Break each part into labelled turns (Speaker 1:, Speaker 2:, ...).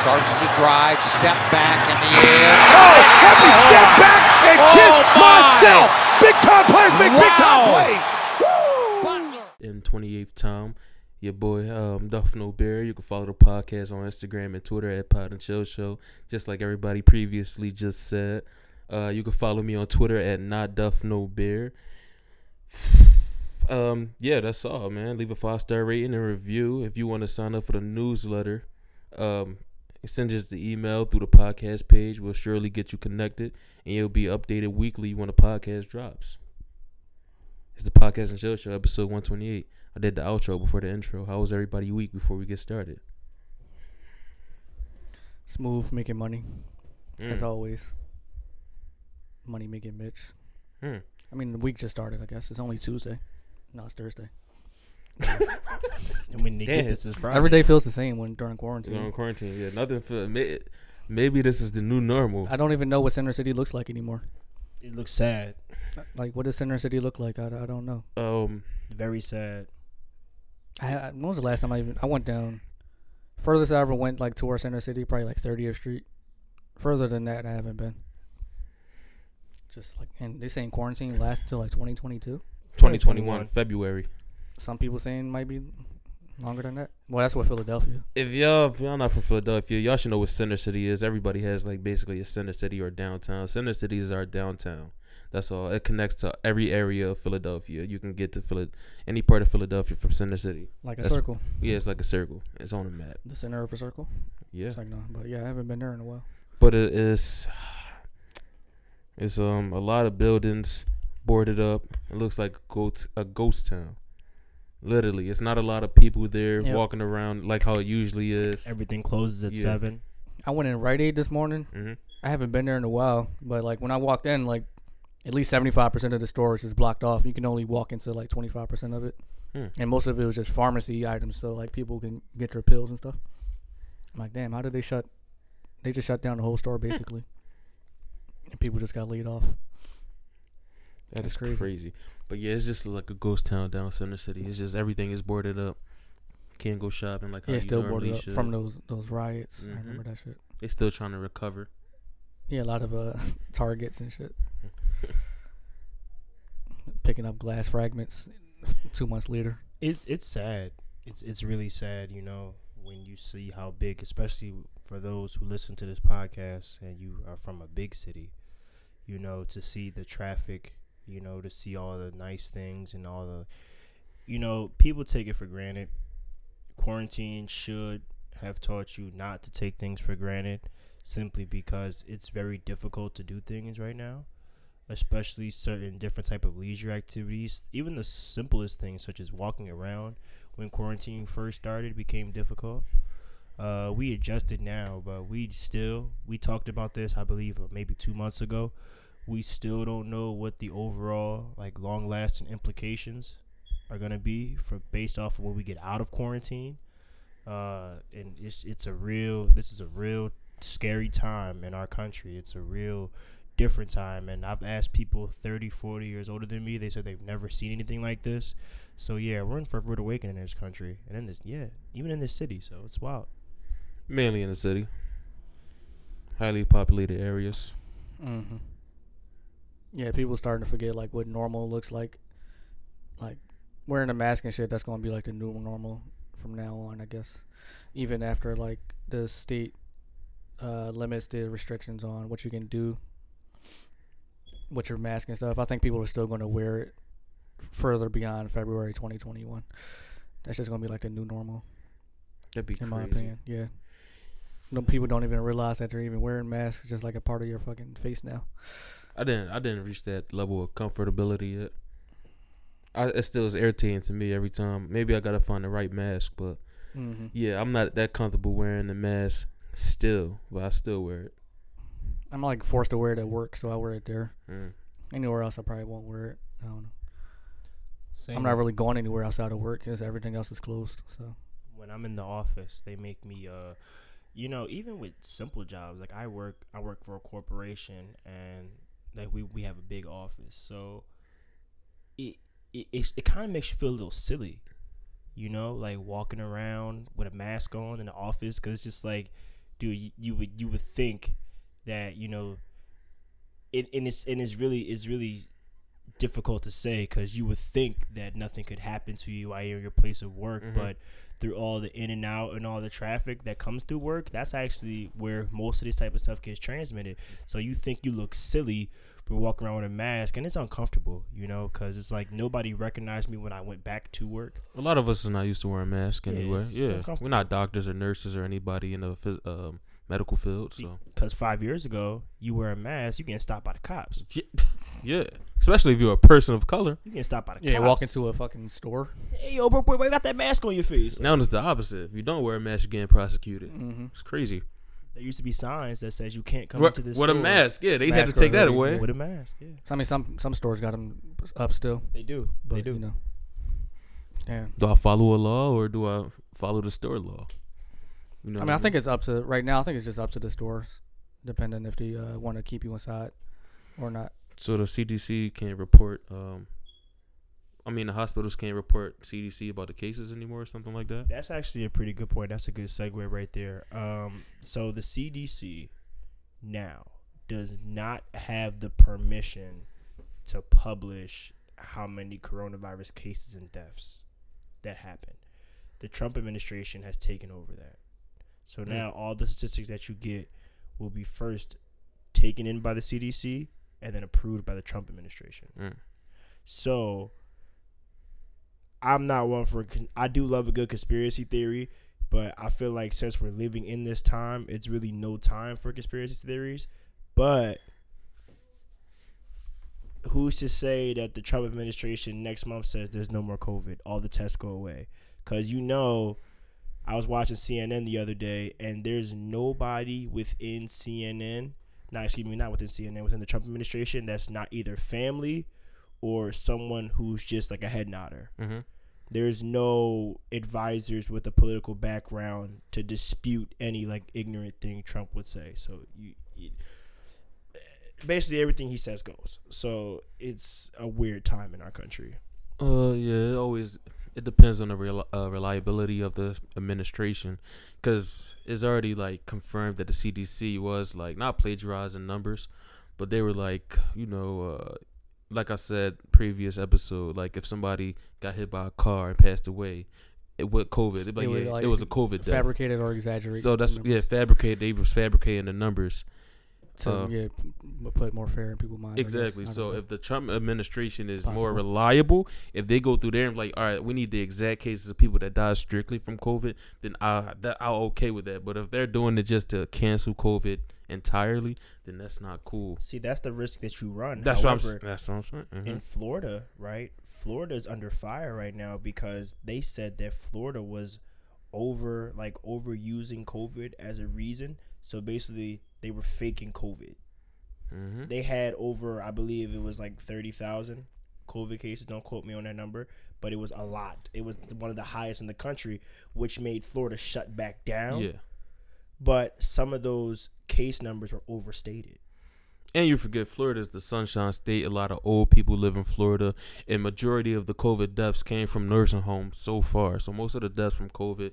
Speaker 1: Starts to drive, step back in the air.
Speaker 2: Oh, help me step back and
Speaker 1: Oh,
Speaker 2: kiss
Speaker 1: my.
Speaker 2: myself. Big time plays make big time
Speaker 1: Wow.
Speaker 2: plays.
Speaker 3: in 28th time. Your boy um, Duffin O'Berry. You can follow the podcast on Instagram and Twitter at Pod and Chill Show, just like everybody previously just said. Uh, you can follow me on Twitter at not Duff No Beer. Um, yeah, that's all, man. Leave a five star rating and review if you want to sign up for the newsletter. Um, send us the email through the podcast page. We'll surely get you connected, and you'll be updated weekly when the podcast drops. It's the podcast and show show episode one twenty eight. I did the outro before the intro. How was everybody week before we get started?
Speaker 4: Smooth making money, as always. Money making Mitch.
Speaker 3: Mm.
Speaker 4: I mean, the week just started. I guess it's only Tuesday. No, it's Thursday.
Speaker 5: And we need to
Speaker 3: Damn.
Speaker 5: get this is Friday.
Speaker 4: Every day feels the same when during
Speaker 3: You know, in
Speaker 4: quarantine.
Speaker 3: quarantine. Yeah, nothing for may- maybe this is the new normal.
Speaker 4: I don't even know what Center City looks like anymore.
Speaker 5: It looks sad.
Speaker 4: Like, what does Center City look like? I, I don't know.
Speaker 3: Um,
Speaker 5: Very sad.
Speaker 4: I, I, when was the last time I even I went down? Furthest I ever went like towards Center City, probably like 30th Street. Further than that, I haven't been. Just like, and they saying quarantine lasts until like 2022.
Speaker 3: twenty twenty one February.
Speaker 4: Some people saying might be longer than that. Well, that's what Philadelphia.
Speaker 3: If y'all if y'all not from Philadelphia, y'all should know what Center City is. Everybody has like basically a Center City or downtown. Center City is our downtown. That's all. It connects to every area of Philadelphia. You can get to Phila- any part of Philadelphia from Center City.
Speaker 4: Like a
Speaker 3: That's-
Speaker 4: circle.
Speaker 3: Yeah, it's like a circle. It's on a map.
Speaker 4: The center of a circle.
Speaker 3: Yeah.
Speaker 4: It's like no, but yeah, I haven't been there in a while.
Speaker 3: but it is it's um a lot of buildings boarded up. It looks like a ghost a ghost town. Literally, it's not a lot of people there
Speaker 4: Yep.
Speaker 3: walking around like how it usually is.
Speaker 5: Everything closes at
Speaker 3: Yeah.
Speaker 5: seven.
Speaker 4: I went in Rite Aid this morning.
Speaker 3: hmm
Speaker 4: I haven't been there in a while, but like when I walked in, like at least seventy five percent of the stores is blocked off. You can only walk into like twenty five percent of it,
Speaker 3: Hmm.
Speaker 4: and most of it was just pharmacy items, so like people can get their pills and stuff. I'm like, damn, how did they shut? They just shut down the whole
Speaker 3: Hmm.
Speaker 4: store basically, and people just got laid
Speaker 3: Oh,
Speaker 4: off.
Speaker 3: That
Speaker 4: That's
Speaker 3: is crazy.
Speaker 4: crazy.
Speaker 3: But yeah, it's just like a ghost town down Center City. It's just everything is boarded up. Can't go shopping like how
Speaker 4: yeah,
Speaker 3: you
Speaker 4: still
Speaker 3: normally
Speaker 4: boarded up
Speaker 3: should.
Speaker 4: from those those riots.
Speaker 3: Mhm.
Speaker 4: I remember that shit.
Speaker 3: They still trying to recover.
Speaker 4: Yeah, a lot of uh targets and shit. Picking up glass fragments two months later.
Speaker 5: It's it's sad. It's it's really sad, you know, when you see how big, especially for those who listen to this podcast and you are from a big city, you know, to see the traffic, you know, to see all the nice things and all the you know, people take it for granted. Quarantine should have taught you not to take things for granted simply because it's very difficult to do things right now especially certain different type of leisure activities even the simplest things such as walking around when quarantine first started became difficult uh, we adjusted now but we still we talked about this i believe uh, maybe two months ago we still don't know what the overall like long lasting implications are going to be for based off of when we get out of quarantine uh, and it's it's a real this is a real scary time in our country it's a real different time and i've asked people 30 40 years older than me they said they've never seen anything like this so yeah we're in for a rude awakening in this country and in this yeah even in this city so it's wild
Speaker 3: Mainly in the city. Highly populated areas.
Speaker 4: Mm-hmm. Yeah, people starting to forget like what normal looks like. Like wearing a mask and shit, that's gonna be like the new normal from now on, I guess. Even after like the state uh, limits the restrictions on what you can do with your mask and stuff, I think people are still gonna wear it further beyond February 2021. That's just gonna be like the new normal.
Speaker 3: That'd be
Speaker 4: in
Speaker 3: crazy.
Speaker 4: my opinion. Yeah. No, people don't even realize that they're even wearing masks. It's just like a part of your fucking face now.
Speaker 3: I didn't I didn't reach that level of comfortability yet. I, it still is irritating to me every time. Maybe I gotta find the right mask, but
Speaker 4: Mm-hmm.
Speaker 3: yeah, I'm not that comfortable wearing the mask still, but I still wear it.
Speaker 4: I'm like forced to wear it at work, so I wear it there.
Speaker 3: Mm.
Speaker 4: Anywhere else, I probably won't wear it. I don't know. I'm not really going anywhere outside of work because everything else is closed. So
Speaker 5: when i'm in the office they make me uh you know even with simple jobs like i work i work for a corporation and like we we have a big office so it it, it's- it kind of makes you feel a little silly you know, like walking around with a mask on in the office because it's just like dude, you, you would you would think that you know, it and it's and it's really it's really difficult to say because you would think that nothing could happen to you while you're in your place of work, but through all the in and out and all the traffic that comes through work, that's actually where most of this type of stuff gets transmitted. So you think you look silly for walking around with a mask, and it's uncomfortable, you know, because it's like nobody recognized me when I went back to work.
Speaker 3: A lot of us are not used to wearing masks
Speaker 5: Yeah,
Speaker 3: anyway.
Speaker 5: it's just
Speaker 3: Yeah,
Speaker 5: uncomfortable.
Speaker 3: we're not doctors or nurses or anybody in the phys- um, medical field. So
Speaker 5: Because five years ago, you wear a mask, you getting stopped by the cops.
Speaker 3: yeah, yeah. especially if you're a person of color.
Speaker 5: You getting stopped by the
Speaker 4: Yeah,
Speaker 5: cops.
Speaker 4: walk into a fucking store.
Speaker 5: Hey, yo, bro, boy, why you got that mask on your face?
Speaker 3: Now it's the opposite. If you don't wear a mask, you're getting prosecuted.
Speaker 4: Mm-hmm.
Speaker 3: It's crazy.
Speaker 5: There used to be signs that says you can't come
Speaker 3: What,
Speaker 5: into this
Speaker 3: what a
Speaker 5: store
Speaker 3: mask! Yeah, they had to
Speaker 4: Mask or
Speaker 3: take that
Speaker 4: hoodie,
Speaker 3: away.
Speaker 5: with a mask. Yeah,
Speaker 4: I mean, some some stores got them up still,
Speaker 5: they do.
Speaker 4: but
Speaker 5: they do.
Speaker 4: you know. Damn.
Speaker 3: Do I follow a law or do I follow the store law? You know
Speaker 4: I mean, I think it's up to right now. I think it's just up to the stores, depending if they uh, want to keep you inside or not.
Speaker 3: so. The CDC can't report. Um, I mean, the hospitals can't report CDC about the cases anymore or something like that.
Speaker 5: That's actually a pretty good point. That's a good segue right there. Um, so the CDC now does not have the permission to publish how many coronavirus cases and deaths that happen. The Trump administration has taken over that. So now all the statistics that you get will be first taken in by the CDC and then approved by the Trump administration.
Speaker 3: Mm.
Speaker 5: So I'm not one for. con- I do love a good conspiracy theory, but I feel like since we're living in this time, it's really no time for conspiracy theories. But who's to say that the Trump administration next month says there's no more COVID, all the tests go away? Because you know, I was watching CNN the other day, and there's nobody within CNN, not excuse me, not within CNN, within the Trump administration that's not either family or someone who's just like a head nodder.
Speaker 3: Mm-hmm.
Speaker 5: There's no advisors with a political background to dispute any like ignorant thing Trump would say. So you, you basically everything he says goes. So it's a weird time in our country.
Speaker 3: Uh, yeah, it always it depends on the rel- uh, reliability of the administration, because it's already like confirmed that the CDC was like not plagiarizing numbers, but they were like, you know, uh, like I said previous episode, like if somebody got hit by a car and passed away, it with COVID, it, like,
Speaker 4: It would,
Speaker 3: yeah,
Speaker 4: like,
Speaker 3: it was a COVID death.
Speaker 4: Fabricated or exaggerated.
Speaker 3: So that's
Speaker 4: numbers
Speaker 3: yeah, fabricate. They was fabricating the numbers.
Speaker 4: to
Speaker 3: uh,
Speaker 4: yeah, m- put more fair in people's minds. I guess.
Speaker 3: Exactly.
Speaker 4: I don't
Speaker 3: So
Speaker 4: know.
Speaker 3: if the Trump administration is
Speaker 4: Possible.
Speaker 3: more reliable, if they go through there and like, all right, we need the exact cases of people that died strictly from COVID, then I that I'll okay with that. But if they're doing it just to cancel COVID entirely, then that's not cool.
Speaker 5: See, that's the risk that you run.
Speaker 3: That's what I'm. s-
Speaker 5: However,
Speaker 3: That's what I'm saying. Mhm.
Speaker 5: in Florida, right? Florida's under fire right now because they said that Florida was over like overusing COVID as a reason. So basically, they were faking COVID.
Speaker 3: Mhm.
Speaker 5: They had over, I believe it was like 30,000 COVID cases. Don't quote me on that number, but it was a lot. It was one of the highest in the country, which made Florida shut back down.
Speaker 3: Yeah,
Speaker 5: But some of those case numbers were overstated.
Speaker 3: and you forget Florida is the Sunshine State. A lot of old people live in Florida, and majority of the COVID deaths came from nursing homes so far. So most of the deaths from COVID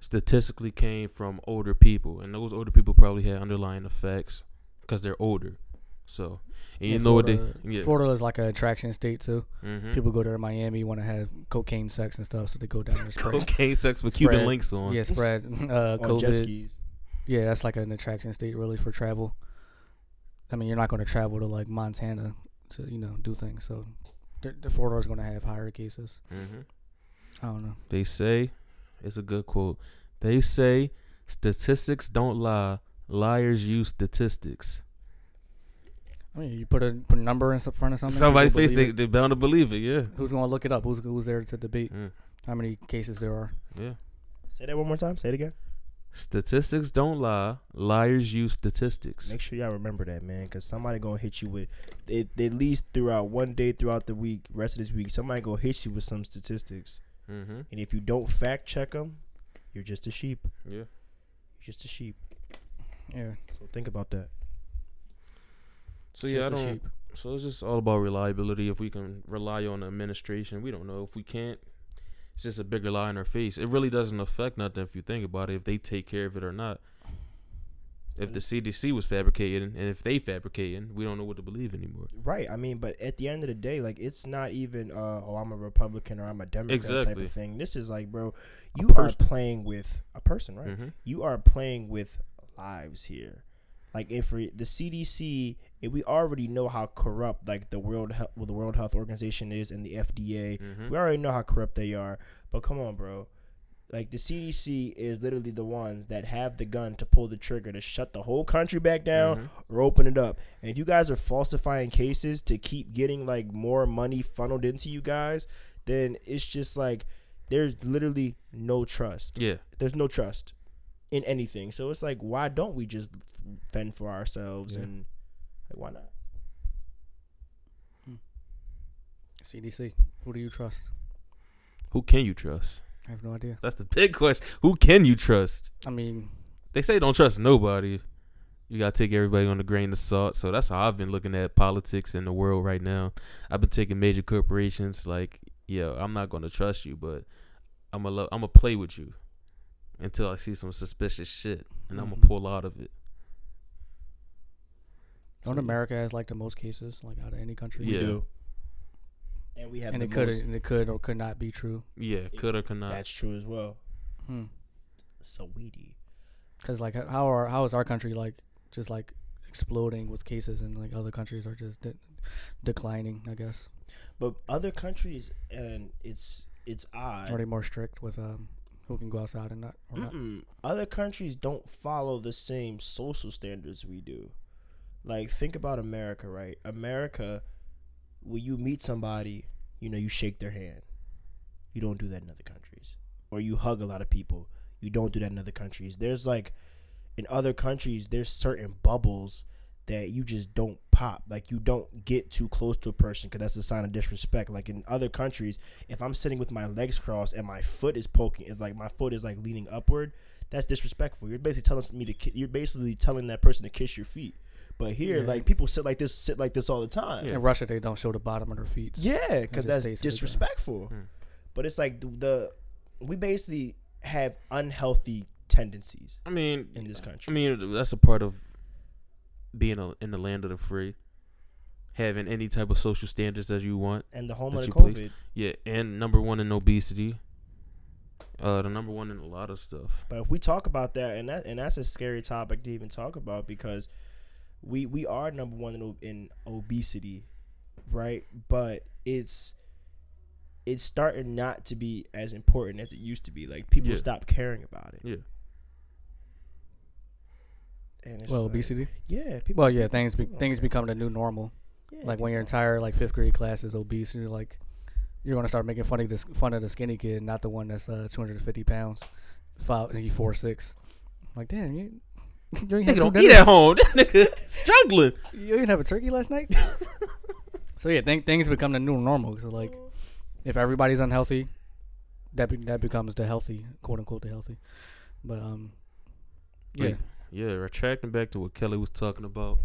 Speaker 3: statistically came from older people, and those older people probably had underlying effects because they're older. So, and you
Speaker 4: Yeah,
Speaker 3: know what they,
Speaker 4: Florida-
Speaker 3: yeah,
Speaker 4: Florida is like an attraction state too.
Speaker 3: mhm.
Speaker 4: People go to Miami, want to have cocaine sex and stuff, so they go down there and spread.
Speaker 3: cocaine sex with
Speaker 4: spread-
Speaker 3: Cuban links on.
Speaker 4: Yeah, spread uh,
Speaker 5: On jet
Speaker 4: COVID.
Speaker 5: skis.
Speaker 4: Yeah, that's like an attraction state really for travel. I mean, you're not going to travel to like Montana to you know do things. So the, the Florida is going to have higher cases.
Speaker 3: Mhm.
Speaker 4: I don't know.
Speaker 3: They say, it's a good quote. They say, statistics don't lie. Liars use statistics.
Speaker 4: I mean, you put a put a number in some- front of something.
Speaker 3: Somebody
Speaker 4: people
Speaker 3: face,
Speaker 4: believe
Speaker 3: they,
Speaker 4: it.
Speaker 3: they're bound to believe it. Yeah.
Speaker 4: Who's going to look it up? Who's who's there to debate
Speaker 3: Mm,
Speaker 4: how many cases there are?
Speaker 3: yeah.
Speaker 5: Say that one more time. Say it again.
Speaker 3: Statistics don't lie. Liars use statistics.
Speaker 5: Make sure y'all remember that, man, because somebody gonna hit you with it at least throughout one day throughout the week, rest of this week. Somebody gonna hit you with some statistics,
Speaker 3: Mm-hmm.
Speaker 5: and if you don't fact check them, you're just a sheep.
Speaker 3: Yeah.
Speaker 5: You're just a sheep.
Speaker 4: Yeah,
Speaker 5: So think about that.
Speaker 3: So yeah, I
Speaker 4: just a
Speaker 3: don't.
Speaker 4: sheep.
Speaker 3: So it's just all about reliability. If we can rely on the administration, we don't know. If we can't, it's just a bigger lie in our face. It really doesn't affect nothing if you think about it. If they take care of it or not. If the CDC was fabricating, and if they fabricating, we don't know what to believe anymore.
Speaker 5: Right. I mean, but at the end of the day, like it's not even uh, oh I'm a Republican or I'm a Democrat type
Speaker 3: Exactly.
Speaker 5: of thing. This is like, bro, you are
Speaker 3: person.
Speaker 5: playing with a person, right?
Speaker 3: Mhm.
Speaker 5: You are playing with lives here. Like if we, the CDC, if we already know how corrupt like the World Health, well, the World Health Organization is and the FDA,
Speaker 3: Mm-hmm.
Speaker 5: we already know how corrupt they are. But come on, bro. Like the CDC is literally the ones that have the gun to pull the trigger to shut the whole country back
Speaker 3: Mm-hmm.
Speaker 5: down or open it up. And if you guys are falsifying cases to keep getting like more money funneled into you guys, then it's just like there's literally no trust.
Speaker 3: Yeah,
Speaker 5: There's no trust in anything. So it's like why don't we just fend for ourselves
Speaker 3: Yeah.
Speaker 5: and like why not?
Speaker 4: CDC. Who do you trust?
Speaker 3: who can you trust?
Speaker 4: I have no idea.
Speaker 3: That's the big question. Who can you trust?
Speaker 4: I mean,
Speaker 3: They say don't trust nobody. You gotta take everybody on a grain of salt. So that's how I've been looking at politics in the world right now. I've been taking major corporations like, yo, I'm not gonna trust you, but I'm gonna lo- I'm gonna play with you until I see some suspicious shit, and I'm
Speaker 5: Mm-hmm.
Speaker 3: gonna
Speaker 4: Mhm.
Speaker 3: pull out of it.
Speaker 4: don't
Speaker 3: So-
Speaker 4: America has like the most cases, like out of any country?
Speaker 3: Yeah.
Speaker 5: do. And we have
Speaker 4: And
Speaker 5: the
Speaker 4: it could
Speaker 5: most-
Speaker 4: and it could or could not be true.
Speaker 3: Yeah, could or could not.
Speaker 5: That's true as well.
Speaker 4: Hmm.
Speaker 5: So weedy.
Speaker 4: Because like h- how are how is our country like just like exploding with cases and like other countries are just de- declining? I guess
Speaker 5: But other countries and it's it's odd.
Speaker 4: are they more strict with um who can go outside and not or not?
Speaker 5: Mm-mm. Other countries don't follow the same social standards we do. Like, think about America, right? America, when you meet somebody, you know, you shake their hand. You don't do that in other countries. Or you hug a lot of people. You don't do that in other countries. There's like, in other countries, there's certain bubbles that you just don't pop. Like, you don't get too close to a person because that's a sign of disrespect. Like, in other countries, if I'm sitting with my legs crossed and my foot is poking, it's like my foot is like leaning upward. That's disrespectful. You're basically telling me to. Ki- you're basically telling that person to kiss your feet. But here,
Speaker 4: Yeah.
Speaker 5: like people sit like this, sit like this all the time.
Speaker 4: In Russia, they don't show the bottom of their feet.
Speaker 5: Yeah, because
Speaker 4: just
Speaker 5: that's
Speaker 4: stays like that.
Speaker 5: disrespectful.
Speaker 3: Hmm.
Speaker 5: But it's like the, the we basically have unhealthy tendencies
Speaker 3: I mean,
Speaker 5: in this
Speaker 3: I
Speaker 5: country.
Speaker 3: mean, that's a part of being a, in the land of the free, having any type of social standards as you want.
Speaker 5: and the home
Speaker 3: That
Speaker 5: of the
Speaker 3: you
Speaker 5: COVID.
Speaker 3: please- Yeah, and number one in obesity. Uh, the number one in a lot of stuff.
Speaker 5: But if we talk about that, and that and that's a scary topic to even talk about because we we are number one in, o- in obesity, right? But it's it's starting not to be as important as it used to be. Like people
Speaker 3: Yeah.
Speaker 5: stop caring about it.
Speaker 3: Yeah.
Speaker 5: And it's
Speaker 4: Well,
Speaker 5: like-
Speaker 4: obesity.
Speaker 5: Yeah. People.
Speaker 4: Well, yeah, things be-
Speaker 5: people don't
Speaker 4: things
Speaker 5: care.
Speaker 4: become the new normal.
Speaker 5: Yeah,
Speaker 4: Like when your
Speaker 5: people-
Speaker 4: entire like fifth grade class is obese, and you're like, you're gonna start making fun of this fun of the skinny kid, not the one that's uh, 250 pounds, five, and he four six. Like, damn, you, you
Speaker 3: Nigga
Speaker 4: ain't had two
Speaker 3: don't eat
Speaker 4: dinners-
Speaker 3: at home. That nigga struggling.
Speaker 4: You didn't have a turkey last night. so yeah, think things become the new normal. So like, if everybody's unhealthy, that be- that becomes the healthy, quote unquote, the healthy. But um, yeah,
Speaker 3: Like, Yeah, retracting back to what Kelly was talking about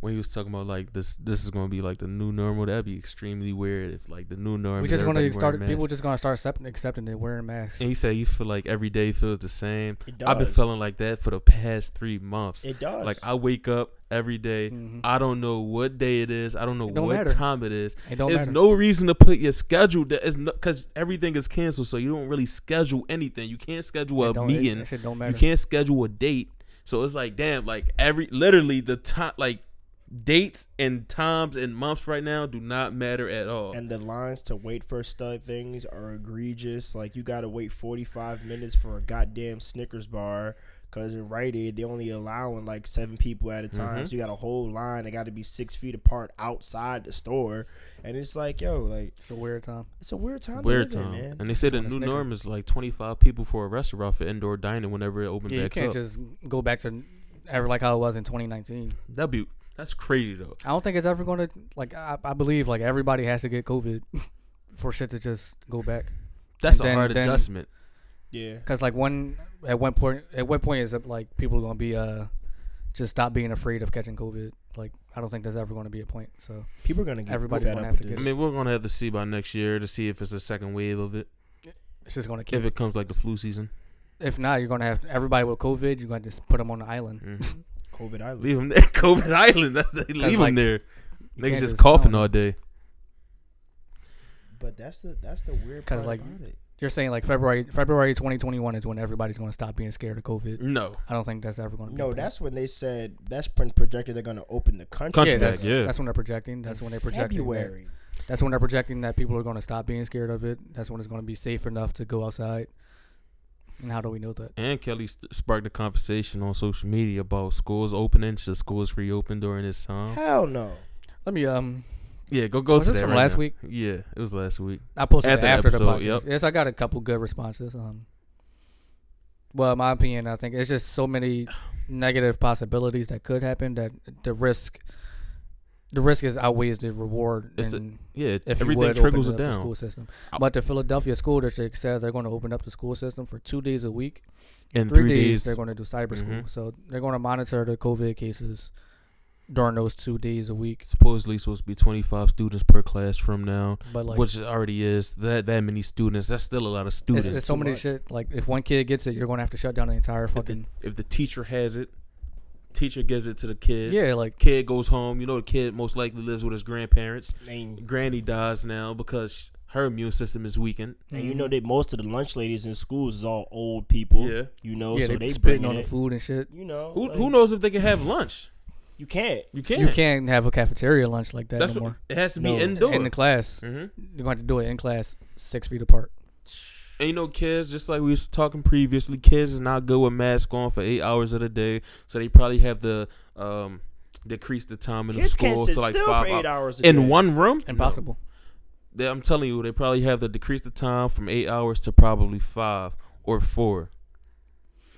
Speaker 3: when he was talking about like this. This is gonna be like the new normal. That'd be extremely weird if like the new normal.
Speaker 4: we just want
Speaker 3: everybody
Speaker 4: to
Speaker 3: wearing
Speaker 4: start.
Speaker 3: masks.
Speaker 4: People just gonna start accepting, accepting it, wearing masks.
Speaker 3: And he said he feel like every day feels the same.
Speaker 5: It
Speaker 3: I've been
Speaker 5: does.
Speaker 3: feeling like that for the past three months.
Speaker 5: It does.
Speaker 3: Like I wake up every day.
Speaker 4: Mhm.
Speaker 3: I don't know what day it is. I don't know
Speaker 4: It don't
Speaker 3: what
Speaker 4: matter.
Speaker 3: time it is.
Speaker 4: It don't
Speaker 3: There's
Speaker 4: matter.
Speaker 3: no reason to put your schedule. That is because everything is canceled, so you don't really schedule anything. You can't schedule
Speaker 4: It
Speaker 3: a
Speaker 4: don't- it-
Speaker 3: meeting.
Speaker 4: that shit don't
Speaker 3: uh, you
Speaker 4: matter.
Speaker 3: can't schedule a date. So it's like, damn, like every literally the time, like dates and times and months right now do not matter at all.
Speaker 5: and the lines to wait for stud things are egregious. Like you gotta wait forty five minutes for a goddamn Snickers bar. Cause in Rite Aid they only allowing like seven people at a time, so you got a whole line. They got to be six feet apart outside the store, and it's like, yo, like
Speaker 4: It's a weird time.
Speaker 5: it's a weird time.
Speaker 3: Weird
Speaker 5: to live
Speaker 3: time.
Speaker 5: in, man.
Speaker 3: And they say the
Speaker 4: wanna
Speaker 3: new
Speaker 4: snicker.
Speaker 3: norm is like 25 people for a restaurant for indoor dining whenever it opens
Speaker 4: Yeah, you
Speaker 3: back
Speaker 4: can't
Speaker 3: up.
Speaker 4: just go back to ever like how it was in 2019.
Speaker 3: That'd be that's crazy though.
Speaker 4: I don't think it's ever gonna like. I, I believe like everybody has to get COVID for shit to just go back.
Speaker 3: That's
Speaker 4: And
Speaker 3: a
Speaker 4: then-
Speaker 3: hard
Speaker 4: then-
Speaker 3: adjustment.
Speaker 5: yeah,
Speaker 4: Cause like one at one point at what point is it like people are gonna be uh just stop being afraid of catching COVID? Like I don't think there's ever gonna be a point. So
Speaker 5: people are gonna get
Speaker 4: Everybody's
Speaker 5: fed
Speaker 4: gonna
Speaker 5: up
Speaker 4: have
Speaker 5: with
Speaker 4: to
Speaker 3: I
Speaker 5: this.
Speaker 3: mean, we're gonna have to see by next year to see if it's a second wave of it.
Speaker 4: it's just gonna keep.
Speaker 3: If
Speaker 4: If,
Speaker 3: it comes like the flu season.
Speaker 4: if not, you're gonna have everybody with COVID. You're gonna just put them on the island.
Speaker 3: Mhm.
Speaker 5: COVID island.
Speaker 3: Leave him there. COVID Island. They Leave him
Speaker 4: like,
Speaker 3: there. Niggas
Speaker 4: you can't
Speaker 3: just
Speaker 4: just-
Speaker 3: coughing
Speaker 4: no.
Speaker 3: all day.
Speaker 5: But that's the that's the weird
Speaker 4: 'Cause,
Speaker 5: part
Speaker 4: like,
Speaker 5: about it.
Speaker 4: You're saying like February February 2021 is when everybody's going to stop being scared of COVID.
Speaker 3: No.
Speaker 4: I don't think that's ever going to be. a
Speaker 5: No,
Speaker 4: thing.
Speaker 5: that's when they said that's when projected they're gonna open the country.
Speaker 3: Country
Speaker 4: yeah, that's,
Speaker 3: back, yeah.
Speaker 4: that's when they're projecting. That's when they're projecting. that-
Speaker 5: February.
Speaker 4: That's when they're projecting that people are going to stop being scared of it. That's when it's going to be safe enough to go outside. And how do we know that?
Speaker 3: And Kelly st- sparked a conversation on social media about schools opening. Should schools reopen during this time?
Speaker 5: Hell no.
Speaker 4: Let me um.
Speaker 3: Yeah, go go
Speaker 4: Was
Speaker 3: to
Speaker 4: this
Speaker 3: that
Speaker 4: from
Speaker 3: right
Speaker 4: last
Speaker 3: now.
Speaker 4: week?
Speaker 3: Yeah, it was last week.
Speaker 4: I posted
Speaker 3: After
Speaker 4: after,
Speaker 3: the
Speaker 4: after the
Speaker 3: episode,
Speaker 4: podcast.
Speaker 3: yep.
Speaker 4: Yes, I got a couple good responses. Um, well, in my opinion, I think it's just so many negative possibilities that could happen that the risk, the risk is outweighs the reward.
Speaker 3: It's a-
Speaker 4: and
Speaker 3: Yeah,
Speaker 4: if you
Speaker 3: everything
Speaker 4: would open
Speaker 3: trickles
Speaker 4: up
Speaker 3: it
Speaker 4: the
Speaker 3: down.
Speaker 4: school system,
Speaker 3: I-
Speaker 4: but the Philadelphia school district said they're going to open up the school system for two days a week.
Speaker 3: In
Speaker 4: three,
Speaker 3: three
Speaker 4: days,
Speaker 3: days,
Speaker 4: they're going to do cyber school.
Speaker 3: Mhm.
Speaker 4: So they're going to monitor the COVID cases during those two days a week.
Speaker 3: supposedly supposed to be 25 students per class from now,
Speaker 4: But like,
Speaker 3: which it already is that that many students. That's still a lot of
Speaker 4: it's,
Speaker 3: students.
Speaker 4: it's so
Speaker 5: too
Speaker 4: many
Speaker 5: much.
Speaker 4: shit. Like, if one kid gets it, you're going to have to shut down the entire fucking.
Speaker 3: if the teacher has it, teacher gives it to the kid.
Speaker 4: Yeah, like
Speaker 3: Kid goes home. You know, the kid most likely lives with his grandparents.
Speaker 5: And,
Speaker 3: Granny dies now because her immune system is weakened.
Speaker 5: and you know that most of the lunch ladies in schools is all old people.
Speaker 3: Yeah.
Speaker 5: You know,
Speaker 4: yeah,
Speaker 5: so
Speaker 4: they
Speaker 5: they
Speaker 4: spitting
Speaker 5: bring
Speaker 4: on the
Speaker 5: it.
Speaker 4: food and shit.
Speaker 5: You know,
Speaker 3: Who
Speaker 5: Oh, like,
Speaker 3: who knows if they can have lunch?
Speaker 5: You can't.
Speaker 3: You can't.
Speaker 4: You can't have a cafeteria lunch like that
Speaker 3: That's
Speaker 4: no
Speaker 3: what,
Speaker 4: more.
Speaker 3: it has to be
Speaker 5: No.
Speaker 3: indoor.
Speaker 4: In the class,
Speaker 3: hmm
Speaker 4: you're going to have to do it in class, six feet apart.
Speaker 3: Ain't no kids, just like we was talking previously, kids is not good with masks on for eight hours of the day. So they probably have to um decrease the time in
Speaker 5: Kids
Speaker 3: the
Speaker 5: can't
Speaker 3: school
Speaker 5: sit
Speaker 3: to like
Speaker 5: still
Speaker 3: five
Speaker 5: for eight hours a
Speaker 3: in
Speaker 5: day.
Speaker 3: one room?
Speaker 4: Impossible.
Speaker 3: No. They- I'm telling you, they probably have to decrease the time from eight hours to probably five or four.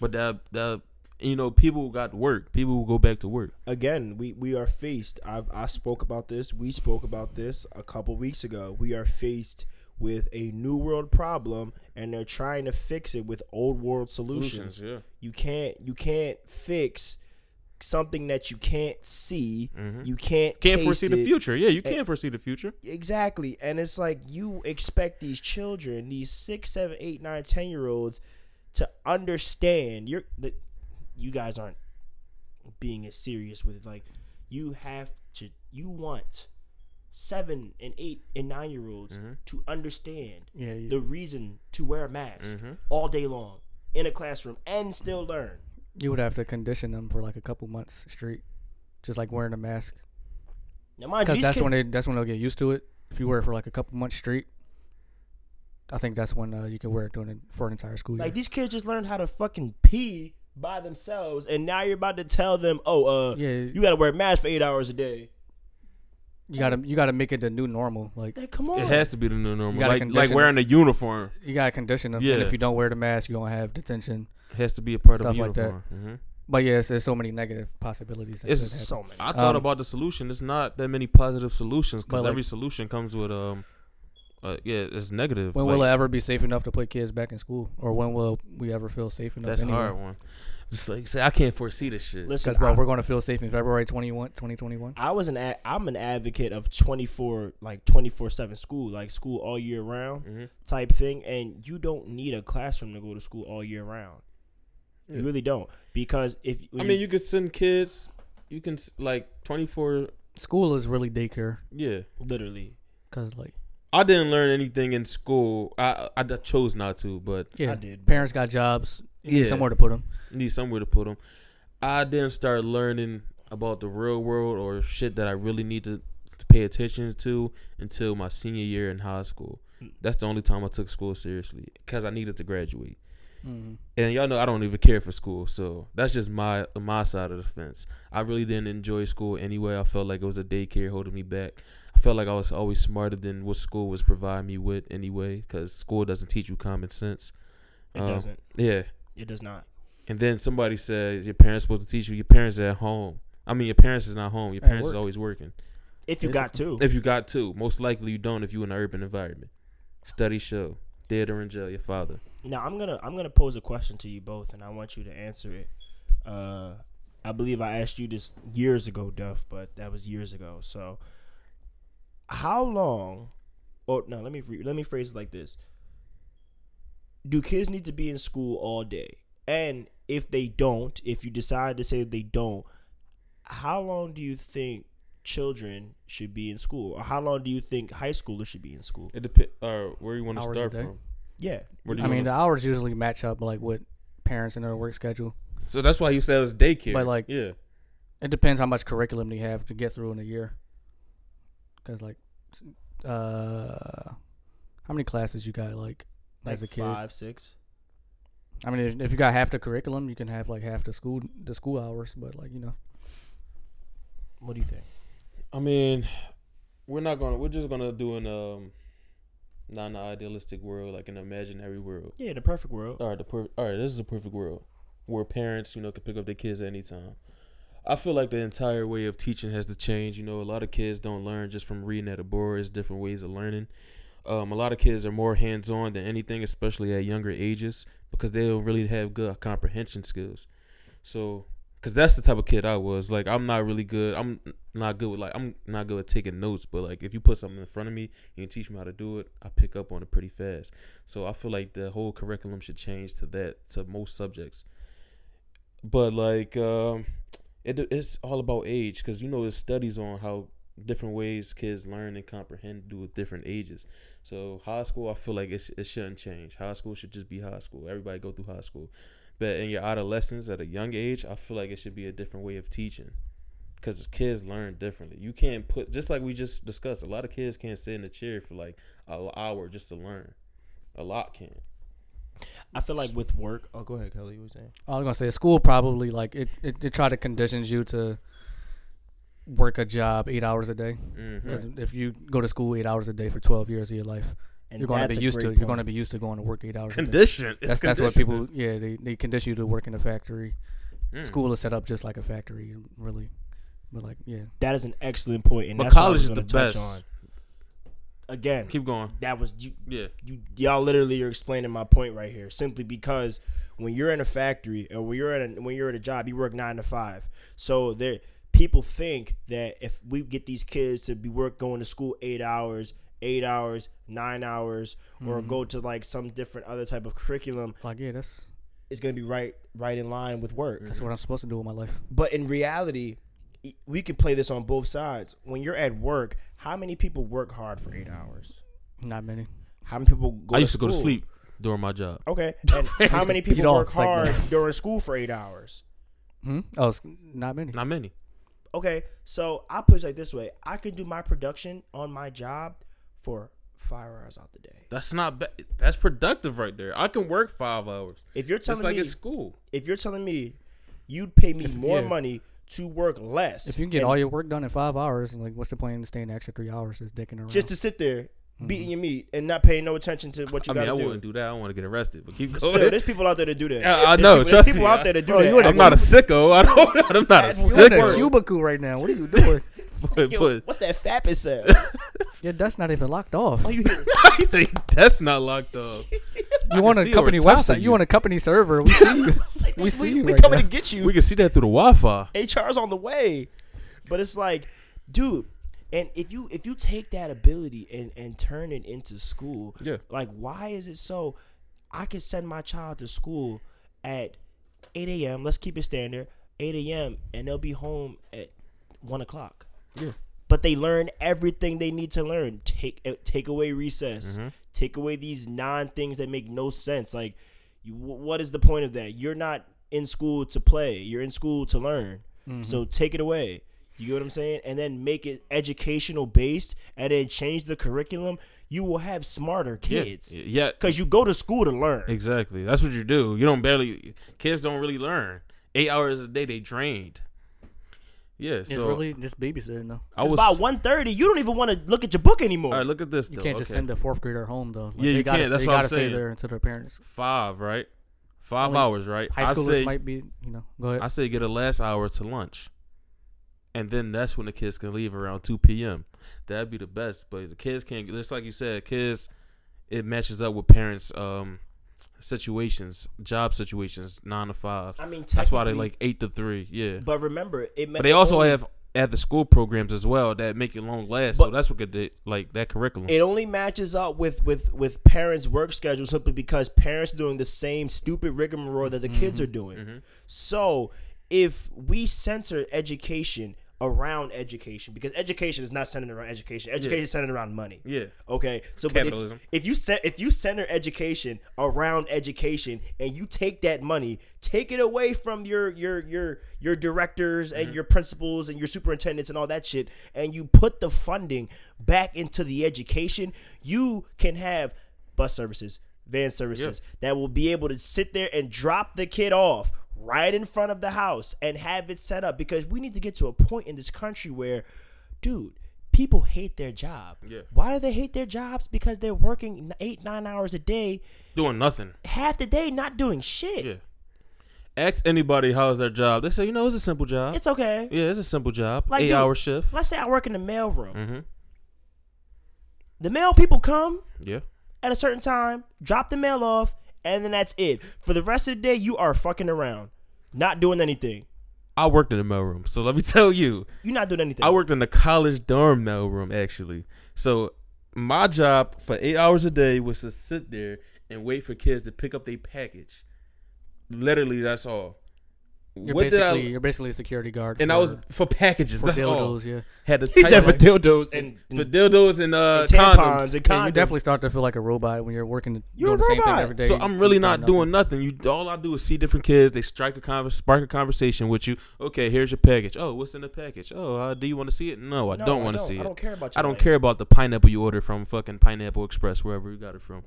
Speaker 3: But that that you know, people who got work. People who go back to work.
Speaker 5: Again, we we are faced. I I spoke about this. We spoke about this a couple weeks ago. We are faced with a new world problem, and they're trying to fix it with old world solutions.
Speaker 3: yeah.
Speaker 5: You can't you can't fix something that you can't see. You can't
Speaker 3: Mm-hmm. Can't
Speaker 5: taste
Speaker 3: foresee the
Speaker 5: it.
Speaker 3: future. Yeah, you
Speaker 5: And-
Speaker 3: can't foresee the future.
Speaker 5: Exactly, and it's like you expect these children, these six, seven, eight, nine, ten year olds, to understand. You're that you guys aren't being as serious with it. Like you have to. You want seven and eight and nine year olds to understand
Speaker 4: Yeah, you-
Speaker 5: the reason to wear a mask all day long in a classroom and still learn.
Speaker 4: You would have to condition them for like a couple months straight, just like wearing a mask.
Speaker 5: Now, mind you,
Speaker 4: Because
Speaker 5: these
Speaker 4: that's
Speaker 5: kids-
Speaker 4: when they that's when they'll get used to it. If you wear it for like a couple months straight, I think that's when uh, you can wear it during the- for an entire school year.
Speaker 5: Like these kids just learned how to fucking pee by themselves, and now you're about to tell them, "Oh, uh,
Speaker 4: Yeah.
Speaker 5: you gotta wear a mask for eight hours a day."
Speaker 4: you gotta you gotta make it the new normal. Like
Speaker 5: Like, come on,
Speaker 3: It has to be the new normal.
Speaker 4: gotta
Speaker 3: Like like
Speaker 4: condition
Speaker 3: wearing a uniform.
Speaker 4: you gotta condition them.
Speaker 3: Yeah.
Speaker 4: And if you don't wear the mask, you are gonna have detention.
Speaker 3: It has to be a part of
Speaker 4: Stuff
Speaker 3: the
Speaker 4: like that. Um,
Speaker 3: uniform. hmm
Speaker 4: But yes, there's so many negative possibilities. That
Speaker 3: It's
Speaker 4: could happen.
Speaker 5: so many.
Speaker 3: I thought
Speaker 4: Um,
Speaker 3: about the solution. It's not that many positive solutions
Speaker 4: But,
Speaker 3: because
Speaker 4: like-
Speaker 3: every solution comes with um, uh, yeah, it's negative.
Speaker 4: when
Speaker 3: like,
Speaker 4: will it ever be safe enough to put kids back in school, or when will we ever feel safe enough?
Speaker 3: that's a
Speaker 4: anyway?
Speaker 3: hard one. It's like say I can't foresee this shit.
Speaker 5: Listen,
Speaker 4: Because bro,
Speaker 5: I,
Speaker 4: we're gonna feel safe in February 21, 2021.
Speaker 5: I was an ad, I'm an advocate of twenty four like twenty four seven school, like school all year round
Speaker 3: Mhm.
Speaker 5: type thing, and you don't need a classroom to go to school all year round. You really don't, because if
Speaker 3: I mean, you could send kids. You can s- like twenty four.
Speaker 4: School is really daycare.
Speaker 3: Yeah,
Speaker 5: literally,
Speaker 4: Cause like
Speaker 3: I didn't learn anything in school. I I, I chose not to, but
Speaker 4: yeah,
Speaker 5: did.
Speaker 4: parents got jobs. You need
Speaker 3: Yeah.
Speaker 4: somewhere to put them.
Speaker 3: need somewhere to put them. I didn't start learning about the real world or shit that I really need to, to pay attention to until my senior year in high school. That's the only time I took school seriously because I needed to graduate.
Speaker 5: Mm-hmm.
Speaker 3: And y'all know I don't even care for school, so that's just my my side of the fence. I really didn't enjoy school anyway. I felt like it was a daycare holding me back. I felt like I was always smarter than what school was providing me with anyway, because school doesn't teach you common sense.
Speaker 5: It
Speaker 3: Um,
Speaker 5: doesn't.
Speaker 3: Yeah,
Speaker 5: It does not.
Speaker 3: and then somebody said your parents supposed to teach you. Your parents are at home. I mean, your parents is not home. Your
Speaker 4: At
Speaker 3: parents is
Speaker 4: work.
Speaker 3: always working.
Speaker 5: If you got to,
Speaker 3: If you got to, most likely you don't. If you in an urban environment, study show theater in jail. Your father.
Speaker 5: Now I'm gonna I'm gonna pose a question to you both, and I want you to answer it. Uh, I believe I asked you this years ago, Duff, but that was years ago. So, how long? Or no, let me re- let me phrase it like this: Do kids need to be in school all day? And if they don't, if you decide to say they don't, how long do you think children should be in school, or how long do you think high schoolers should be in school?
Speaker 3: It depends. Uh, where you want to
Speaker 4: Hours a
Speaker 3: start
Speaker 4: day?
Speaker 3: from?
Speaker 5: Yeah,
Speaker 3: Where do
Speaker 4: I
Speaker 3: you
Speaker 4: mean, the
Speaker 3: wanna-
Speaker 4: hours usually match up like with parents and their work schedule.
Speaker 3: so that's why you said it's daycare.
Speaker 4: But, like-
Speaker 3: yeah,
Speaker 4: It depends how much curriculum they have to get through in a year. Because like, s- uh, how many classes you got like, as a kid?
Speaker 5: five, six.
Speaker 4: I mean, if, if you got half the curriculum, you can have like half the school the school hours. But like you know,
Speaker 5: What do you think?
Speaker 3: I mean, we're not gonna. We're just gonna do an um, not an idealistic world, like an imaginary world.
Speaker 5: Yeah, the perfect world.
Speaker 3: All right, the per- all right, this is a perfect world where parents, you know, can pick up their kids at any time. I feel like the entire way of teaching has to change. You know, a lot of kids don't learn just from reading at a board. It's different ways of learning. Um, a lot of kids are more hands-on than anything, especially at younger ages, because they don't really have good comprehension skills. So, because that's the type of kid I was. Like, I'm not really good. I'm not good with like I'm not good at taking notes, but like if you put something in front of me and you teach me how to do it, I pick up on it pretty fast. So I feel like the whole curriculum should change to that to most subjects. But like um, it, it's all about age because you know there's studies on how different ways kids learn and comprehend do at different ages. So high school, I feel like it, sh- it shouldn't change. High school should just be high school. Everybody go through high school. But in your adolescence at a young age, I feel like it should be a different way of teaching. Because kids learn differently. You can't put, just like we just discussed, a lot of kids can't sit in a chair for like an hour just to learn. A lot can.
Speaker 5: I feel like with work. Oh, go ahead, Kelly. You were saying.
Speaker 4: I was gonna say school probably like it it, it try to conditions you to work a job eight hours a day. Because if you go to school eight hours a day for twelve years of your life,
Speaker 5: And
Speaker 4: you're going to
Speaker 5: that's
Speaker 4: be
Speaker 5: a
Speaker 4: used to
Speaker 5: great
Speaker 4: you're
Speaker 5: point.
Speaker 4: going to be used to going to work eight hours. a day.
Speaker 3: Condition.
Speaker 4: That's that's what people yeah they they condition you to work in a factory. School is set up just like a factory, really. But like yeah,
Speaker 5: That is an excellent point, and
Speaker 3: But
Speaker 5: that's what I
Speaker 3: college
Speaker 5: was
Speaker 3: is the
Speaker 5: gonna touch
Speaker 3: best.
Speaker 5: on. Again,
Speaker 3: Keep going.
Speaker 5: that was you,
Speaker 3: Yeah.
Speaker 5: you y'all literally are explaining my point right here simply because when you're in a factory or when you're at a, when you're at a job you work 9 to 5 so there people think that if we get these kids to be work going to school 8 hours 8 hours 9 hours or
Speaker 3: Mm-hmm.
Speaker 5: go to like some different other type of curriculum
Speaker 4: like yeah that's
Speaker 5: it's going to be right right in line with
Speaker 3: Mm-hmm.
Speaker 5: work
Speaker 4: that's what I'm supposed to do with my life.
Speaker 5: but in reality e- we can play this on both sides when you're at work how many people work hard for 8 hours
Speaker 4: Not many.
Speaker 5: how many people go
Speaker 3: I used to go to
Speaker 5: school?
Speaker 3: sleep during my job.
Speaker 5: Okay. And how many
Speaker 4: beat
Speaker 5: people
Speaker 4: off,
Speaker 5: work
Speaker 4: it's like,
Speaker 5: hard
Speaker 4: no.
Speaker 5: during school for eight hours?
Speaker 4: Hmm? Oh, it's not many.
Speaker 3: Not many.
Speaker 5: Okay. So I put it like this way: I can do my production on my job for five hours out the day.
Speaker 3: That's not bad. That's productive right there. I can work five hours.
Speaker 5: If you're
Speaker 3: It's
Speaker 5: telling
Speaker 3: like
Speaker 5: me,
Speaker 3: it's school.
Speaker 5: if you're telling me, you'd pay me
Speaker 3: If-
Speaker 5: more
Speaker 3: yeah.
Speaker 5: money to work less.
Speaker 4: If you can get
Speaker 5: and
Speaker 4: all your work done in five hours, like what's the point in staying the extra three hours just dicking around?
Speaker 5: just to sit there beating your meat and not paying no attention to what you
Speaker 3: Mm-hmm. I mean,
Speaker 5: gotta
Speaker 3: I
Speaker 5: do.
Speaker 3: wouldn't do that. I don't want to get arrested. But keep
Speaker 5: Still,
Speaker 3: going.
Speaker 5: there's people out there that do that.
Speaker 3: Yeah, I
Speaker 5: There's
Speaker 3: know,
Speaker 5: people-
Speaker 3: trust
Speaker 5: there's people
Speaker 3: me.
Speaker 5: out there that do
Speaker 4: Bro, you
Speaker 5: that.
Speaker 4: would-
Speaker 3: I'm not a sicko. I don't. I'm not a
Speaker 4: You're in a
Speaker 3: sicko.
Speaker 4: cubicle right now. What are you doing?
Speaker 3: But-
Speaker 5: Yo,
Speaker 3: but-
Speaker 5: what's that fapping sound?
Speaker 4: Your dust's not even locked off.
Speaker 5: Oh,
Speaker 4: You,
Speaker 5: you hear-
Speaker 3: he said, that's not locked up.
Speaker 4: on
Speaker 3: can
Speaker 4: a
Speaker 3: see
Speaker 4: company
Speaker 3: over top of
Speaker 4: website. You.
Speaker 3: you.
Speaker 4: on a company server. We see you. we see
Speaker 5: we,
Speaker 4: you
Speaker 5: we
Speaker 4: right
Speaker 5: coming
Speaker 4: now.
Speaker 5: to get you.
Speaker 3: We can see that through the Wi-Fi.
Speaker 5: HR's on the way. But it's like, dude, and if you if you take that ability and and turn it into school,
Speaker 3: Yeah.
Speaker 5: like why is it so I could send my child to school at eight AM, let's keep it standard, eight AM and they'll be home at one o'clock.
Speaker 3: Yeah.
Speaker 5: But they learn everything they need to learn. Take uh, take away recess.
Speaker 3: Mm-hmm.
Speaker 5: Take away these non things that make no sense. Like, you, wh- what is the point of that? You're not in school to play. You're in school to learn.
Speaker 3: Mm-hmm.
Speaker 5: So take it away. You get what I'm saying? And then make it educational based, and then change the curriculum. You will have smarter
Speaker 3: Yeah.
Speaker 5: kids
Speaker 3: Yeah.
Speaker 5: because you go to school to learn.
Speaker 3: Exactly. That's what you do. You don't barely. Kids don't really learn. Eight hours a day, they drained. Yeah.
Speaker 4: It's
Speaker 3: so
Speaker 4: really just babysitting though.
Speaker 3: I was.
Speaker 5: By 1.30, you don't even want to look at your book anymore.
Speaker 3: All right, look at this.
Speaker 4: You
Speaker 3: though.
Speaker 4: can't just
Speaker 3: Okay.
Speaker 4: send a fourth grader home though. Like,
Speaker 3: Yeah, you
Speaker 4: gotta,
Speaker 3: can't. That's
Speaker 4: they
Speaker 3: what I'm
Speaker 4: gotta stay
Speaker 3: saying.
Speaker 4: there until their parents.
Speaker 3: five, right? Five
Speaker 4: Only
Speaker 3: hours, right?
Speaker 4: High
Speaker 3: I
Speaker 4: schoolers
Speaker 3: say,
Speaker 4: might be, you know. Go ahead.
Speaker 3: I say get a last hour to lunch, and then that's when the kids can leave around two p.m. That'd be the best. But the kids can't. Just like you said, kids, it matches up with parents' um situations, job situations, nine to five.
Speaker 5: I mean,
Speaker 3: that's why they
Speaker 5: technically-
Speaker 3: like eight to three. Yeah, but,
Speaker 5: But remember, it. But
Speaker 3: they also have at the school programs as well that make it long last. so
Speaker 5: But-
Speaker 3: that's what could they, like that curriculum.
Speaker 5: it only matches up with with with parents' work schedule
Speaker 3: Mm-hmm.
Speaker 5: simply because parents are doing the same stupid rigmarole that the kids are doing. So if we center education around education because education is not centered around education education is centered around money
Speaker 3: Yeah.
Speaker 5: okay so
Speaker 3: Capitalism.
Speaker 5: But if, if you set if you center education around education and you take that money take it away from your your your your directors and your principals and your superintendents and all that shit and you put the funding back into the education you can have bus services van services that will be able to sit there and drop the kid off right in front of the house and have it set up because we need to get to a point in this country where dude people hate their job
Speaker 3: Yeah.
Speaker 5: why do they hate their jobs because they're working eight nine hours a day
Speaker 3: doing nothing.
Speaker 5: half the day not doing shit
Speaker 3: Yeah. Ask anybody how's their job. They say, you know, it's a simple job.
Speaker 5: it's okay
Speaker 3: yeah, it's a simple job.
Speaker 5: Like,
Speaker 3: Eight
Speaker 5: dude,
Speaker 3: hour shift.
Speaker 5: let's say i work in the mail room
Speaker 3: mm-hmm.
Speaker 5: the mail people come
Speaker 3: Yeah.
Speaker 5: at a certain time drop the mail off and then that's it for the rest of the day you are fucking around not doing anything
Speaker 3: I worked in the mailroom, so let me tell you.
Speaker 5: you're not doing anything
Speaker 3: I worked in the college dorm mailroom actually. So my job for eight hours a day was to sit there and wait for kids to pick up their package. Literally, that's all.
Speaker 4: You're
Speaker 3: what did
Speaker 4: basically
Speaker 3: I?
Speaker 4: you're basically a security guard.
Speaker 3: And
Speaker 4: for,
Speaker 3: I was for packages.
Speaker 4: for
Speaker 3: that's all.
Speaker 4: dildos, yeah.
Speaker 3: Had to
Speaker 5: He said
Speaker 3: type
Speaker 5: for
Speaker 3: like,
Speaker 5: dildos and,
Speaker 3: for dildos and uh,
Speaker 5: tampons
Speaker 3: condoms.
Speaker 5: and
Speaker 4: Yeah,
Speaker 5: condoms.
Speaker 4: you definitely start to feel like a robot when you're working
Speaker 5: You're a
Speaker 4: doing the same thing
Speaker 5: robot.
Speaker 4: every day.
Speaker 3: So I'm really not doing nothing. You all I do is see different kids. They strike a converse, spark a conversation with you. Okay, here's your package. Oh, what's in the package? Oh, uh, do you want to see it? No, I
Speaker 5: No,
Speaker 3: don't
Speaker 5: I
Speaker 3: want to
Speaker 5: don't.
Speaker 3: see
Speaker 5: I
Speaker 3: it.
Speaker 5: don't care about
Speaker 3: I
Speaker 5: your
Speaker 3: don't
Speaker 5: life.
Speaker 3: care about the pineapple you ordered from fucking Pineapple Express, wherever you got it from.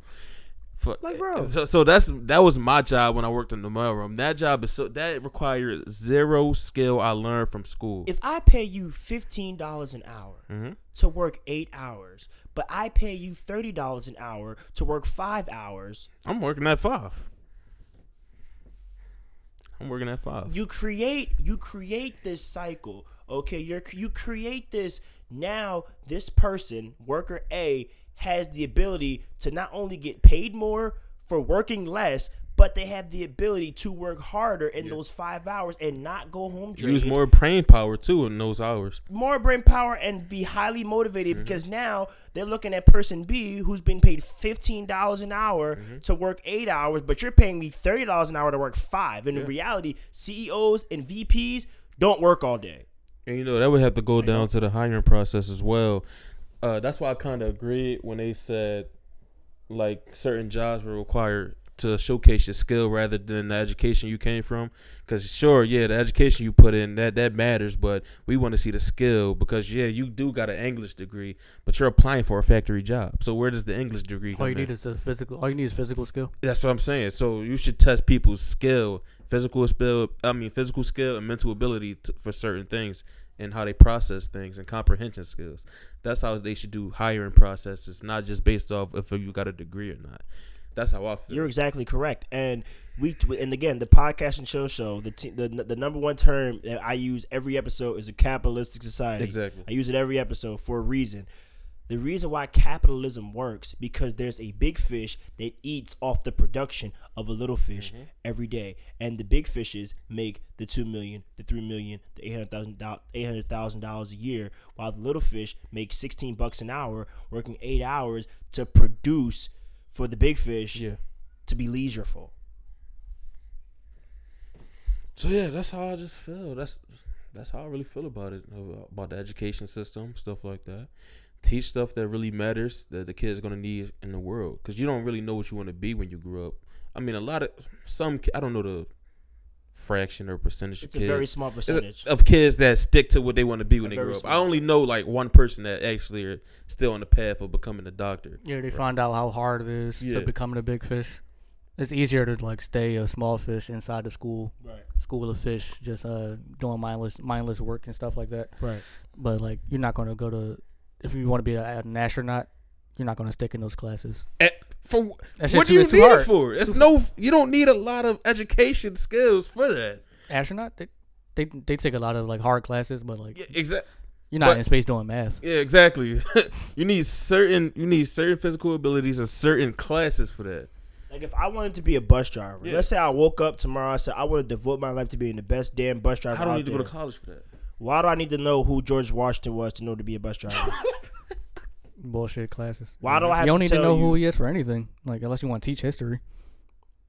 Speaker 3: Fuck.
Speaker 5: Like, bro.
Speaker 3: So, so that's that was my job when I worked in the mailroom. That job is so that required zero skill I learned from school.
Speaker 5: if I pay you fifteen dollars an hour
Speaker 3: Mm-hmm.
Speaker 5: to work eight hours, but I pay you thirty dollars an hour to work five hours,
Speaker 3: I'm working at five. I'm working at five.
Speaker 5: you create you create this cycle. Okay, you're you create this now. This person, worker A, has the ability to not only get paid more for working less. But they have the ability to work harder in those five hours and not go home.
Speaker 3: Use
Speaker 5: drained.
Speaker 3: more brain power too in those hours.
Speaker 5: more brain power and be highly motivated because now they're looking at person B who's been paid fifteen dollars an hour to work eight hours, but you're paying me thirty dollars an hour to work five. And in reality, CEOs and VPs don't work all day.
Speaker 3: And you know that would have to go down to the hiring process as well. Uh, that's why I kind of agreed when they said like certain jobs were required to showcase your skill rather than the education you came from. Because sure, yeah, the education you put in that that matters, but we want to see the skill because yeah, you do got an English degree, but you're applying for a factory job. So where does the English degree come
Speaker 4: All Oh, you
Speaker 3: in?
Speaker 4: need is a physical. All you need is physical skill.
Speaker 3: That's what I'm saying. So you should test people's skill, physical skill. I mean, physical skill and mental ability t- for certain things and how they process things and comprehension skills. That's how they should do hiring processes, not just based off if you got a degree or not. That's how I feel.
Speaker 5: You're exactly correct. And we and again the podcast and show show the t- the the number one term that I use every episode is a capitalistic society.
Speaker 3: Exactly.
Speaker 5: I use it every episode for a reason. The reason why capitalism works because there's a big fish that eats off the production of a little fish
Speaker 3: Mm-hmm.
Speaker 5: every day, and the big fishes make the two million, the three million, the eight hundred thousand dollars, eight hundred thousand dollars a year, while the little fish make sixteen bucks an hour, working eight hours to produce for the big fish
Speaker 3: yeah.
Speaker 5: to be leisureful.
Speaker 3: So yeah, that's how I just feel. That's that's how I really feel about it about the education system, stuff like that. Teach stuff that really matters that the kids gonna need in the world, cause you don't really know what you want to be when you grow up. I mean, a lot of some ki- I don't know the fraction or percentage.
Speaker 5: It's
Speaker 3: of
Speaker 5: a
Speaker 3: kids.
Speaker 5: very small
Speaker 3: It's a-
Speaker 5: percentage.
Speaker 3: of kids that stick to what they want to be when they
Speaker 5: very
Speaker 3: grow up.
Speaker 5: small.
Speaker 3: I only know like one person that actually are still on the path of becoming a doctor.
Speaker 4: Yeah, they find out how hard it is
Speaker 3: Yeah.
Speaker 4: to becoming a big fish. It's easier to like stay a small fish inside the school,
Speaker 5: Right.
Speaker 4: school of fish, just uh doing mindless mindless work and stuff like that.
Speaker 6: Right.
Speaker 4: But like, you're not gonna go to if you want to be a, an astronaut, you're not gonna stick in those classes.
Speaker 3: Eh, For wh-
Speaker 4: That shit's
Speaker 3: what do
Speaker 4: too-
Speaker 3: you
Speaker 4: it's too
Speaker 3: need it
Speaker 4: hard.
Speaker 3: for? It's no. You don't need a lot of education skills for that.
Speaker 4: Astronaut, they they, they take a lot of like hard classes, but like
Speaker 3: Yeah, exactly.
Speaker 4: you're not
Speaker 3: but-
Speaker 4: in space doing math.
Speaker 3: Yeah, exactly. you need certain you need certain physical abilities and certain classes for that.
Speaker 5: Like if I wanted to be a bus driver,
Speaker 3: Yeah.
Speaker 5: let's say I woke up tomorrow and said I want to devote my life to being the best damn bus driver.
Speaker 3: I don't
Speaker 5: out
Speaker 3: need to
Speaker 5: there.
Speaker 3: go to college for that.
Speaker 5: Why do I need to know who George Washington was to know to be a bus driver?
Speaker 4: Bullshit classes.
Speaker 5: Why do I have
Speaker 4: you don't
Speaker 5: to
Speaker 4: need
Speaker 5: tell
Speaker 4: to know
Speaker 5: you?
Speaker 4: who he is for anything. Like unless you want to teach history,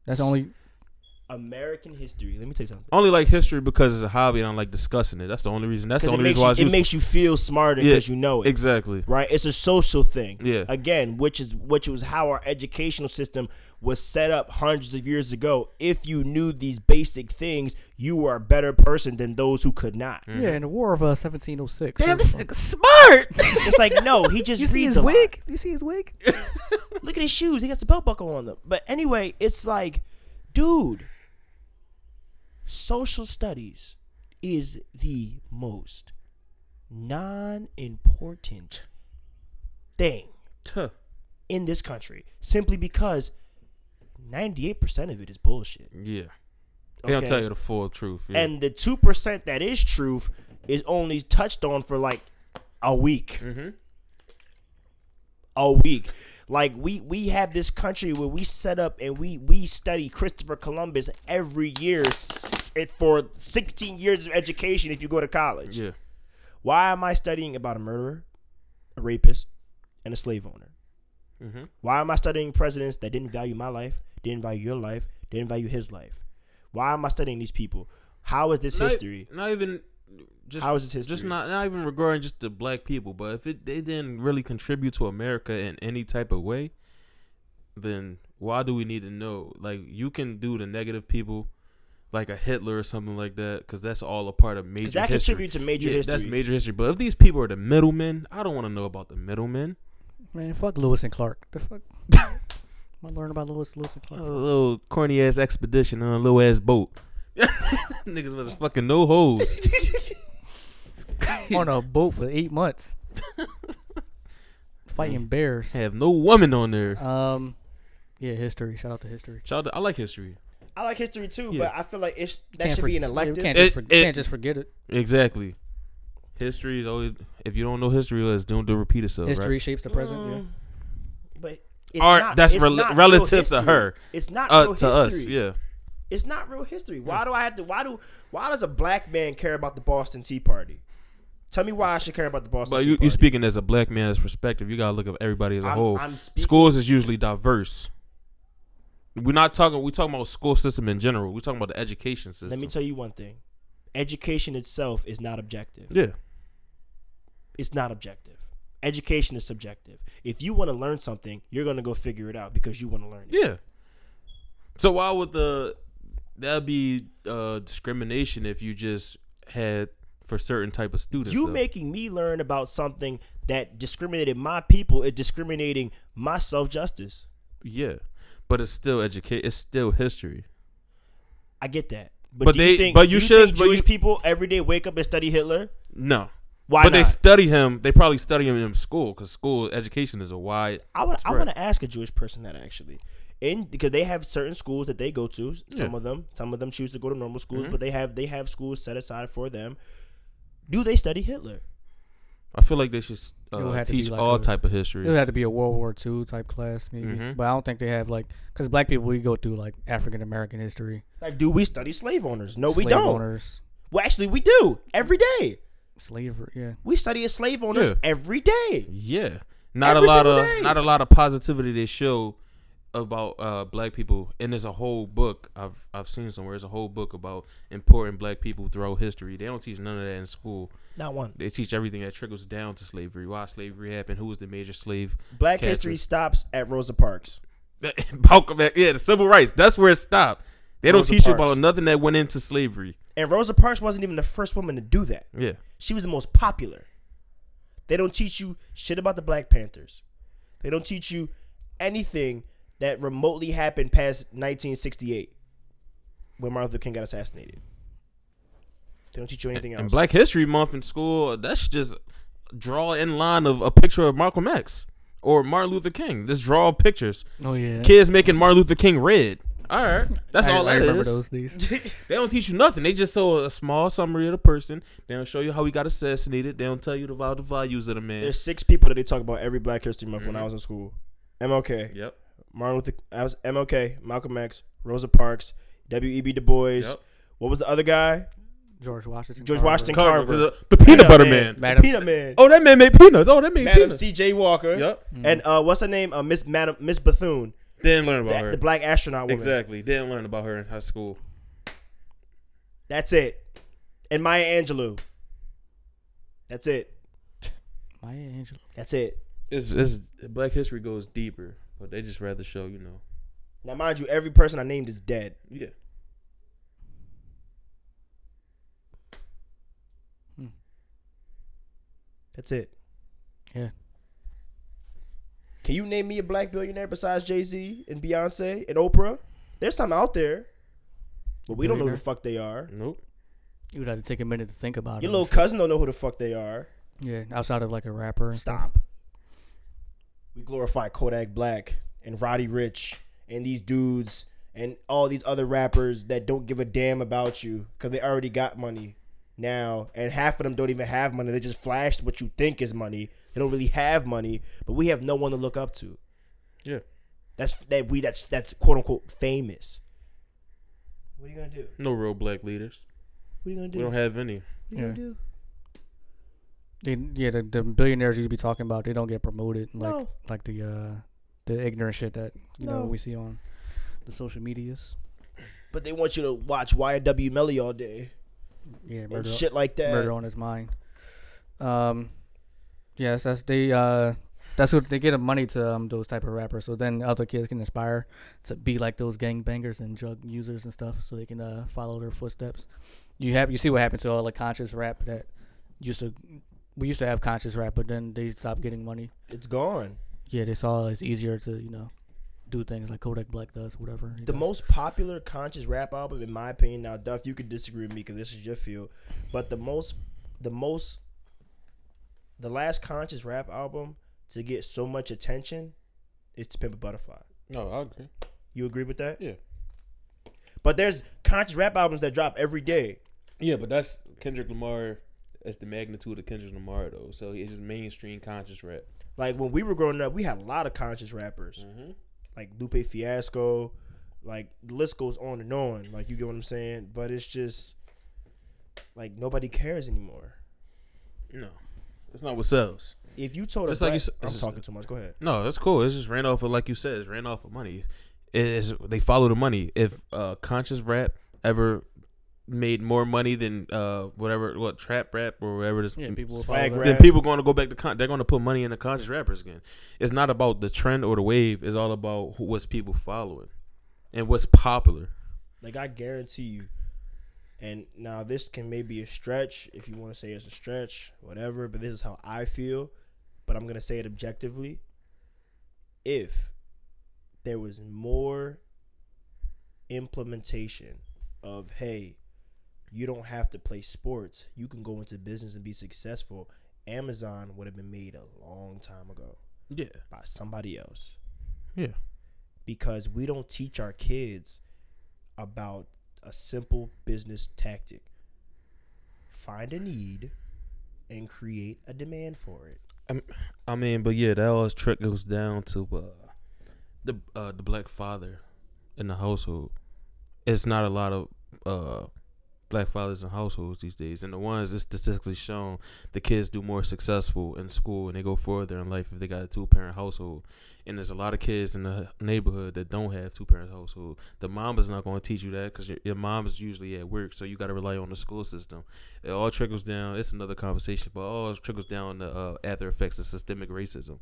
Speaker 4: that's the only
Speaker 5: American history. Let me tell you something.
Speaker 3: I only like history because it's a hobby and I like discussing it. That's the only reason. That's the
Speaker 5: Because it,
Speaker 3: only
Speaker 5: makes
Speaker 3: reason why
Speaker 5: you,
Speaker 3: it's
Speaker 5: it
Speaker 3: useful.
Speaker 5: makes you feel smarter because
Speaker 3: Yeah,
Speaker 5: you know it.
Speaker 3: Exactly.
Speaker 5: right? It's a social thing.
Speaker 3: Yeah.
Speaker 5: Again, which is which was how our educational system was set up hundreds of years ago. If you knew these basic things, you were a better person than those who could not.
Speaker 4: Yeah, in the war of uh, 1706.
Speaker 7: Damn, this nigga smart.
Speaker 5: oh It's like no, he just
Speaker 4: you see
Speaker 5: reads
Speaker 4: his
Speaker 5: a lot.
Speaker 4: wig? You see his wig?
Speaker 5: Look at his shoes; he got the belt buckle on them. But anyway, it's like, dude, social studies is the most non-important thing
Speaker 3: Tuh.
Speaker 5: in this country simply because 98% of it is bullshit.
Speaker 3: Yeah. They don't
Speaker 5: Okay.
Speaker 3: tell you the full truth. Yeah.
Speaker 5: And the 2% that is truth is only touched on for like a week.
Speaker 3: Mm-hmm.
Speaker 5: A week. Like we we have this country where we set up and we we study Christopher Columbus every year s- it- for 16 years of education if you go to college.
Speaker 3: yeah.
Speaker 5: Why am I studying about a murderer, a rapist, and a slave owner?
Speaker 3: Mhm.
Speaker 5: Why am I studying presidents that didn't value my life, didn't value your life, didn't value his life? Why am I studying these people? How is this
Speaker 3: Not-
Speaker 5: history?
Speaker 3: Not, even. Just,
Speaker 5: How is this
Speaker 3: Just
Speaker 5: history?
Speaker 3: not, not even regarding just the black people, but if it they didn't really contribute to America in any type of way, then why do we need to know? Like you can do the negative people, like a Hitler or something like that, because that's all a part of major.
Speaker 5: that
Speaker 3: history.
Speaker 5: contribute to major
Speaker 3: Yeah, That's
Speaker 5: history.
Speaker 3: major history. But if these people are the middlemen, I don't want to know about the middlemen.
Speaker 4: Man, fuck Lewis and Clark. The fuck? I learn about Lewis, Lewis and
Speaker 3: A
Speaker 4: Clark.
Speaker 3: little corny ass expedition on a little ass boat. Niggas was fucking no hoes.
Speaker 4: on a boat for eight months, fighting bears.
Speaker 3: Have no woman on there.
Speaker 4: Um, yeah, history. Shout out to history.
Speaker 3: Shout out, I like history.
Speaker 5: I like history too,
Speaker 3: Yeah.
Speaker 5: but I feel like it's, that
Speaker 4: Can't
Speaker 5: should be an
Speaker 4: forg- yeah,
Speaker 5: elective.
Speaker 4: We can't, just
Speaker 3: It-
Speaker 4: for-
Speaker 3: it-
Speaker 4: can't just forget it.
Speaker 3: Exactly. History is always. If you don't know history, it's doomed to repeat itself.
Speaker 4: History
Speaker 3: Oh, Right?
Speaker 4: shapes the present.
Speaker 5: Mm, But it's
Speaker 3: Art,
Speaker 5: not,
Speaker 3: that's
Speaker 5: it's
Speaker 3: rel-
Speaker 5: not real
Speaker 3: relative to
Speaker 5: history.
Speaker 3: her.
Speaker 5: It's not
Speaker 3: Uh,
Speaker 5: real
Speaker 3: to
Speaker 5: history.
Speaker 3: us, yeah.
Speaker 5: It's not real history. Why do I have to? Why do? Why does a black man care about the Boston Tea Party? Tell me why I should care about the Boston
Speaker 3: But
Speaker 5: Tea
Speaker 3: you,
Speaker 5: Party.
Speaker 3: you speaking as a black man's perspective. You gotta look at everybody as a
Speaker 5: I'm-
Speaker 3: whole.
Speaker 5: I'm speaking-
Speaker 3: Schools is usually diverse. We're not talking. We're talking about school system in general. We're talking about the education system.
Speaker 5: Let me tell you one thing: education itself is not objective.
Speaker 3: yeah.
Speaker 5: It's not objective. Education is subjective. If you want to learn something, you're gonna go figure it out because you want to learn it.
Speaker 3: Yeah. So why would the that'd be uh, discrimination if you just had for certain type of students?
Speaker 5: You
Speaker 3: though?
Speaker 5: making me learn about something that discriminated my people is discriminating my self justice.
Speaker 3: yeah, but it's still educate. It's still history.
Speaker 5: I get that.
Speaker 3: But
Speaker 5: do
Speaker 3: they- but
Speaker 5: do
Speaker 3: you
Speaker 5: think
Speaker 3: should- but
Speaker 5: Jewish
Speaker 3: you-
Speaker 5: people every day wake up and study Hitler.
Speaker 3: No,
Speaker 5: Why
Speaker 3: but
Speaker 5: not?
Speaker 3: they study him. They probably study him in school because school education is a wide.
Speaker 5: I would I
Speaker 3: spread.
Speaker 5: want to ask a Jewish person that actually, in because they have certain schools that they go to. Some
Speaker 3: Yeah. Mm-hmm.
Speaker 5: of them, some of them choose to go to normal schools, but they have they have schools set aside for them. Do they study Hitler?
Speaker 3: I feel like they should
Speaker 4: It would
Speaker 3: uh,
Speaker 4: have to be
Speaker 3: teach
Speaker 4: like
Speaker 3: all
Speaker 4: a-
Speaker 3: type of
Speaker 4: It would
Speaker 3: history.
Speaker 4: have to be a World War II type class, maybe.
Speaker 3: Mhm.
Speaker 4: But I don't think they have like because black people we go through like African American history.
Speaker 5: Like, do we study slave owners? No, we
Speaker 4: slave
Speaker 5: don't.
Speaker 4: Owners,
Speaker 5: Well, actually, we do every day.
Speaker 4: slavery. Yeah.
Speaker 5: We study as slave owners
Speaker 3: Yeah.
Speaker 5: every day.
Speaker 3: Yeah, not
Speaker 5: Every
Speaker 3: a lot
Speaker 5: single
Speaker 3: of
Speaker 5: day.
Speaker 3: not a lot of positivity they show about uh, black people, and there's a whole book I've I've seen somewhere. There's a whole book about important black people throughout history. They don't teach none of that in school.
Speaker 5: Not one.
Speaker 3: They teach everything that trickles down to slavery, why slavery happened, who was the major slave.
Speaker 5: Black
Speaker 3: catcher.
Speaker 5: history stops at Rosa Parks.
Speaker 3: Malcolm X- yeah, the civil rights. That's where it stopped. They don't
Speaker 5: Rosa
Speaker 3: teach you
Speaker 5: Parks.
Speaker 3: about nothing that went into slavery.
Speaker 5: And Rosa Parks wasn't even the first woman to do that.
Speaker 3: Yeah,
Speaker 5: She was the most popular. They don't teach you shit about the Black Panthers. They don't teach you anything that remotely happened past 1968 when Martin Luther King got assassinated. They don't teach you anything else.
Speaker 3: and Black History Month in school. That's just draw in line of a picture of Malcolm X or Martin Luther King. Just draw pictures.
Speaker 4: Oh yeah.
Speaker 3: Kids making Martin Luther King red. All right, that's
Speaker 4: I,
Speaker 3: all
Speaker 4: I
Speaker 3: that
Speaker 4: remember
Speaker 3: is.
Speaker 4: those days.
Speaker 3: They don't teach you nothing. They just show a small summary of the person. They don't show you how he got assassinated. They don't tell you about the values of the man.
Speaker 5: There's six people that they talk about every Black History Month when I was in school. MLK,
Speaker 3: Mhm. Yep.
Speaker 5: Martin Luther, I was MLK, Malcolm X, Rosa Parks, W.E.B. Du Bois.
Speaker 3: Yep.
Speaker 5: What was the other guy?
Speaker 4: George Washington.
Speaker 5: George
Speaker 4: Carver.
Speaker 5: Washington
Speaker 3: Carver,
Speaker 5: Carver,
Speaker 3: the, the peanut butter man.
Speaker 4: Madam-
Speaker 5: Peanut Man,
Speaker 3: Oh, that man made peanuts. Oh, that made
Speaker 5: Madam
Speaker 3: peanuts.
Speaker 5: C.J. Walker.
Speaker 3: Yep.
Speaker 5: And uh, what's her name? Uh, Miss Madam Miss Bethune.
Speaker 3: Didn't learn about
Speaker 5: The, the
Speaker 3: her.
Speaker 5: black astronaut woman.
Speaker 3: Exactly. Didn't learn about her in high school.
Speaker 5: That's it. And Maya Angelou. That's it.
Speaker 4: Maya Angelou.
Speaker 5: That's it.
Speaker 3: It's, it's Black History goes deeper, but they just rather show you know.
Speaker 5: Now, mind you, every person I named is dead.
Speaker 3: Yeah.
Speaker 5: That's it.
Speaker 4: Yeah.
Speaker 5: Can you name me a black billionaire besides Jay Z and Beyonce and Oprah? There's some out there, but we don't know who the
Speaker 4: Billionaire.
Speaker 5: fuck they are.
Speaker 3: Nope.
Speaker 4: You would have to take a minute to think about
Speaker 5: Your
Speaker 4: it.
Speaker 5: little cousin don't know who the fuck they are.
Speaker 4: yeah, outside of like a rapper. And stuff.
Speaker 5: Stop. We glorify Kodak Black and Roddy Rich and these dudes and all these other rappers that don't give a damn about you because they already got money now. And half of them don't even have money. They just flashed what you think is money. They don't really have money, but we have no one to look up to.
Speaker 3: Yeah.
Speaker 5: That's that we that's that's quote unquote famous. What are you gonna do?
Speaker 3: No real black leaders.
Speaker 5: What are you gonna do?
Speaker 3: We don't have any.
Speaker 5: what are you
Speaker 4: Yeah.
Speaker 5: gonna do?
Speaker 4: They, yeah, the, the billionaires you be talking about, they don't get promoted like
Speaker 5: No.
Speaker 4: like the uh the ignorant shit that you know
Speaker 5: No.
Speaker 4: we see on the social medias.
Speaker 5: But they want you to watch YW Melly all day
Speaker 4: Yeah,
Speaker 5: and
Speaker 4: murder,
Speaker 5: shit like that.
Speaker 4: murder on his mind. Um, yes, that's they. Uh, that's what they get the money to um, those type of rappers. So then other kids can inspire to be like those gangbangers and drug users and stuff, so they can uh, follow their footsteps. You have you see what happened to all the conscious rap that used to we used to have conscious rap, but then they stopped getting money.
Speaker 5: It's gone.
Speaker 4: Yeah, they saw it's easier to you know do things like Kodak Black does, whatever. he
Speaker 5: The
Speaker 4: does.
Speaker 5: most popular conscious rap album, in my opinion, now Duff, you could disagree with me because this is your field, but the most, the most, the last conscious rap album to get so much attention is "To Pimp a Butterfly."
Speaker 3: No, I agree.
Speaker 5: You agree with that?
Speaker 3: Yeah.
Speaker 5: But there's conscious rap albums that drop every day.
Speaker 3: Yeah, but that's Kendrick Lamar. That's the magnitude of Kendrick Lamar, though. So it's just mainstream conscious rap.
Speaker 5: Like when we were growing up, we had a lot of conscious rappers,
Speaker 3: Mhm.
Speaker 5: like Lupe Fiasco. Like the list goes on and on. Like you get what I'm saying, but it's just like nobody cares anymore.
Speaker 3: No, that's not what sells.
Speaker 5: If you told
Speaker 3: Just
Speaker 5: a
Speaker 3: like
Speaker 5: black,
Speaker 3: you s-
Speaker 5: I'm
Speaker 3: this is-
Speaker 5: talking too much. Go ahead.
Speaker 3: No, that's cool. It's just ran off of like you said. It's ran off of money. It is they follow the money. If uh, conscious rap ever made more money than uh, whatever what trap rap or whatever this
Speaker 4: yeah people will
Speaker 5: Swag
Speaker 4: follow that.
Speaker 5: rap.
Speaker 3: then people going to go back to con- they're going to put money into conscious rappers again. It's not about the trend or the wave. It's all about who, what's people following and what's popular.
Speaker 5: Like I guarantee you. And now this can maybe a stretch if you want to say it's a stretch, whatever. But this is how I feel. But I'm gonna say it objectively. If there was more implementation of hey, you don't have to play sports. You can go into business and be successful. Amazon would have been made a long time ago
Speaker 3: Yeah,
Speaker 5: by somebody else.
Speaker 3: yeah.
Speaker 5: because we don't teach our kids about a simple business tactic find a need and create a demand for it
Speaker 3: I mean, but yeah, that always trickles down to uh, the uh, the black father in the household. It's not a lot of uh, black fathers in households these days, and the ones that's statistically shown, the kids do more successful in school and they go further in life if they got a two parent household. And there's a lot of kids in the neighborhood that don't have two parent household. The mom is not going to teach you that because your, your mom is usually at work, so you got to rely on the school system it all trickles down. It's another conversation, but all it trickles down to uh, after effects of systemic racism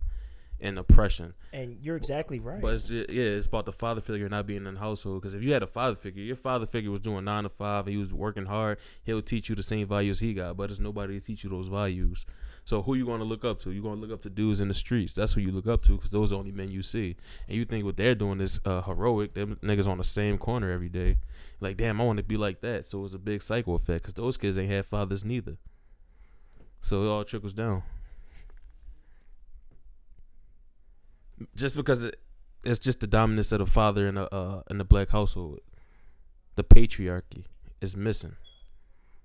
Speaker 3: and oppression.
Speaker 5: and you're exactly right
Speaker 3: But it's just, yeah, it's about the father figure not being in the household. Because if you had a father figure, your father figure was doing nine to five, he was working hard. He'll teach you the same values he got, but it's nobody to teach you those values. So who you going to look up to? You going to look up to dudes in the streets. That's who you look up to because those are the only men you see. And you think what they're doing is uh, heroic. Them niggas on the same corner every day. Like, damn, I want to be like that. So it's a big cycle effect because those kids ain't had fathers neither. So it all trickles down. Just because it, it's just the dominance of the father in a uh, in the black household, the patriarchy is missing.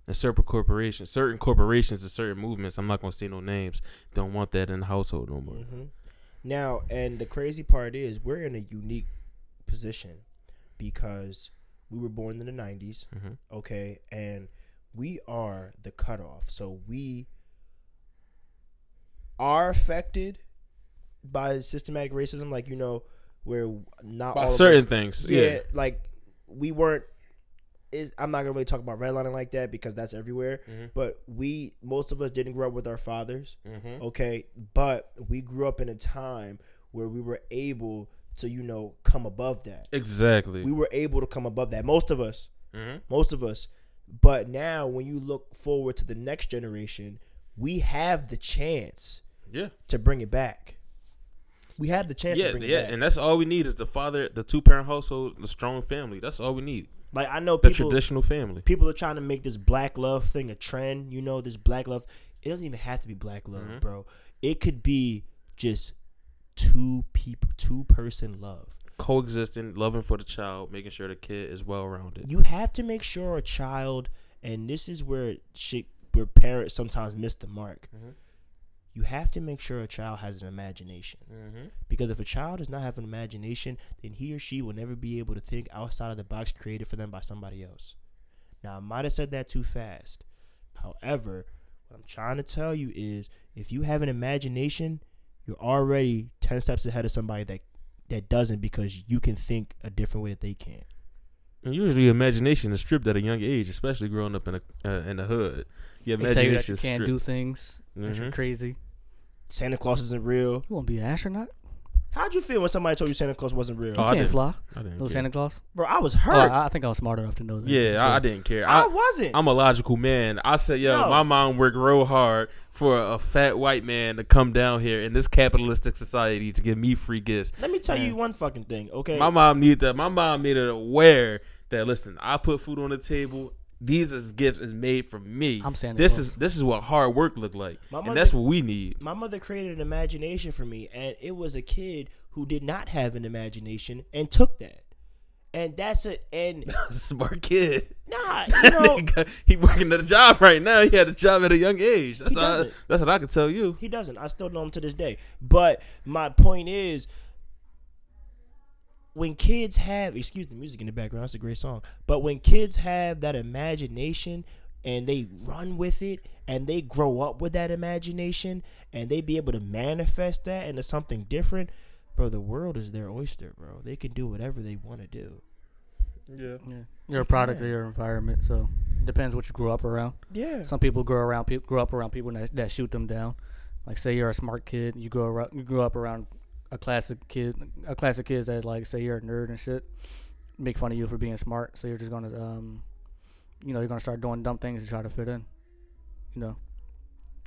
Speaker 3: And certain corporations, certain corporations, and certain movements. I'm not gonna say no names. Don't want that in the household no more.
Speaker 5: hmm now and the crazy part is we're in a unique position because we were born in the 90s
Speaker 3: Mhm.
Speaker 5: okay and we are the cutoff so we are affected by systematic racism like you know where not all
Speaker 3: About
Speaker 5: of us-
Speaker 3: certain things. Yeah.
Speaker 5: like we weren't. Is I'm not gonna really talk about redlining like that because that's everywhere.
Speaker 3: Mm-hmm.
Speaker 5: But we, most of us, didn't grow up with our fathers.
Speaker 3: Mm-hmm.
Speaker 5: Okay, but we grew up in a time where we were able to, you know, come above that.
Speaker 3: Exactly.
Speaker 5: We were able to come above that. Most of us,
Speaker 3: Mhm.
Speaker 5: most of us. But now, when you look forward to the next generation, we have the chance
Speaker 3: yeah.
Speaker 5: to bring it back. We have the chance to
Speaker 3: Yeah,
Speaker 5: bring
Speaker 3: yeah,
Speaker 5: it back.
Speaker 3: and that's all we need is the father, the two parent household, the strong family. That's all we need.
Speaker 5: like I know
Speaker 3: The
Speaker 5: people
Speaker 3: traditional family.
Speaker 5: people are trying to make this black love thing a trend. You know, this black love. It doesn't even have to be black love,
Speaker 3: Mm-hmm.
Speaker 5: bro. It could be just two people, two person love.
Speaker 3: Coexisting, loving for the child, making sure the kid is well rounded.
Speaker 5: You have to make sure a child, and this is where shit, where parents sometimes miss the mark. You have to make sure a child has an imagination.
Speaker 3: Mm-hmm.
Speaker 5: Because if a child does not have an imagination, then he or she will never be able to think outside of the box created for them by somebody else. Now, I might have said that too fast. However, what I'm trying to tell you is if you have an imagination, you're already 10 steps ahead of somebody that, that doesn't because you can think a different way that they can.
Speaker 3: And usually, imagination is stripped at a young age, especially growing up in a uh, in the hood. Your
Speaker 4: They tell you that Mm-hmm.
Speaker 3: imagination
Speaker 4: you
Speaker 3: is
Speaker 4: can't
Speaker 3: stripped.
Speaker 4: do things. that you're
Speaker 3: Mhm.
Speaker 4: crazy.
Speaker 5: Santa Claus isn't real.
Speaker 4: You want to be an astronaut?
Speaker 5: How'd you feel when somebody told you Santa Claus wasn't real?
Speaker 3: Oh, I
Speaker 4: You can't
Speaker 3: didn't-
Speaker 4: fly.
Speaker 3: I didn't
Speaker 4: Little
Speaker 3: care.
Speaker 4: Santa Claus.
Speaker 5: Bro, I was
Speaker 4: Oh,
Speaker 5: hurt.
Speaker 4: I I think I was smart enough to know that.
Speaker 3: Yeah, I, I didn't care.
Speaker 5: I,
Speaker 3: uh, I,
Speaker 5: wasn't.
Speaker 3: I'm a logical man. I said, yo,
Speaker 5: No.
Speaker 3: my mom worked real hard for a fat white man to come down here in this capitalistic society to give me free gifts.
Speaker 5: Let me tell you one fucking thing, okay?
Speaker 3: My mom needed that. My mom made it aware that listen, I put food on the table. These is gifts is made for me.
Speaker 4: I'm Santa
Speaker 3: this
Speaker 4: Claus.
Speaker 3: is this is what hard work look like,
Speaker 5: My
Speaker 3: and
Speaker 5: mother-
Speaker 3: that's what we need.
Speaker 5: my mother created an imagination for me and it was a kid who did not have an imagination and took that and that's it and
Speaker 3: Smart kid.
Speaker 5: nah you
Speaker 3: That
Speaker 5: know
Speaker 3: nigga, he working at a job right now. He had a job at a young age. That's
Speaker 5: He
Speaker 3: all,
Speaker 5: doesn't.
Speaker 3: that's what I could tell you.
Speaker 5: he doesn't i still know him to this day but my point is when kids have excuse the music in the background that's a great song but when kids have that imagination and they run with it and they grow up with that imagination and they be able to manifest that into something different bro the world is their oyster bro they can do whatever they want to do
Speaker 3: Yeah.
Speaker 4: You're a product of your environment, so it depends what you grew up around.
Speaker 5: yeah
Speaker 4: Some people grow around people grow up around people that, that shoot them down. Like say you're a smart kid, you grow around, you grew up around a classic kid, a classic kids that like say you're a nerd and shit, make fun of you for being smart. So you're just gonna, um, you know, you're gonna start doing dumb things to try to fit in, you know,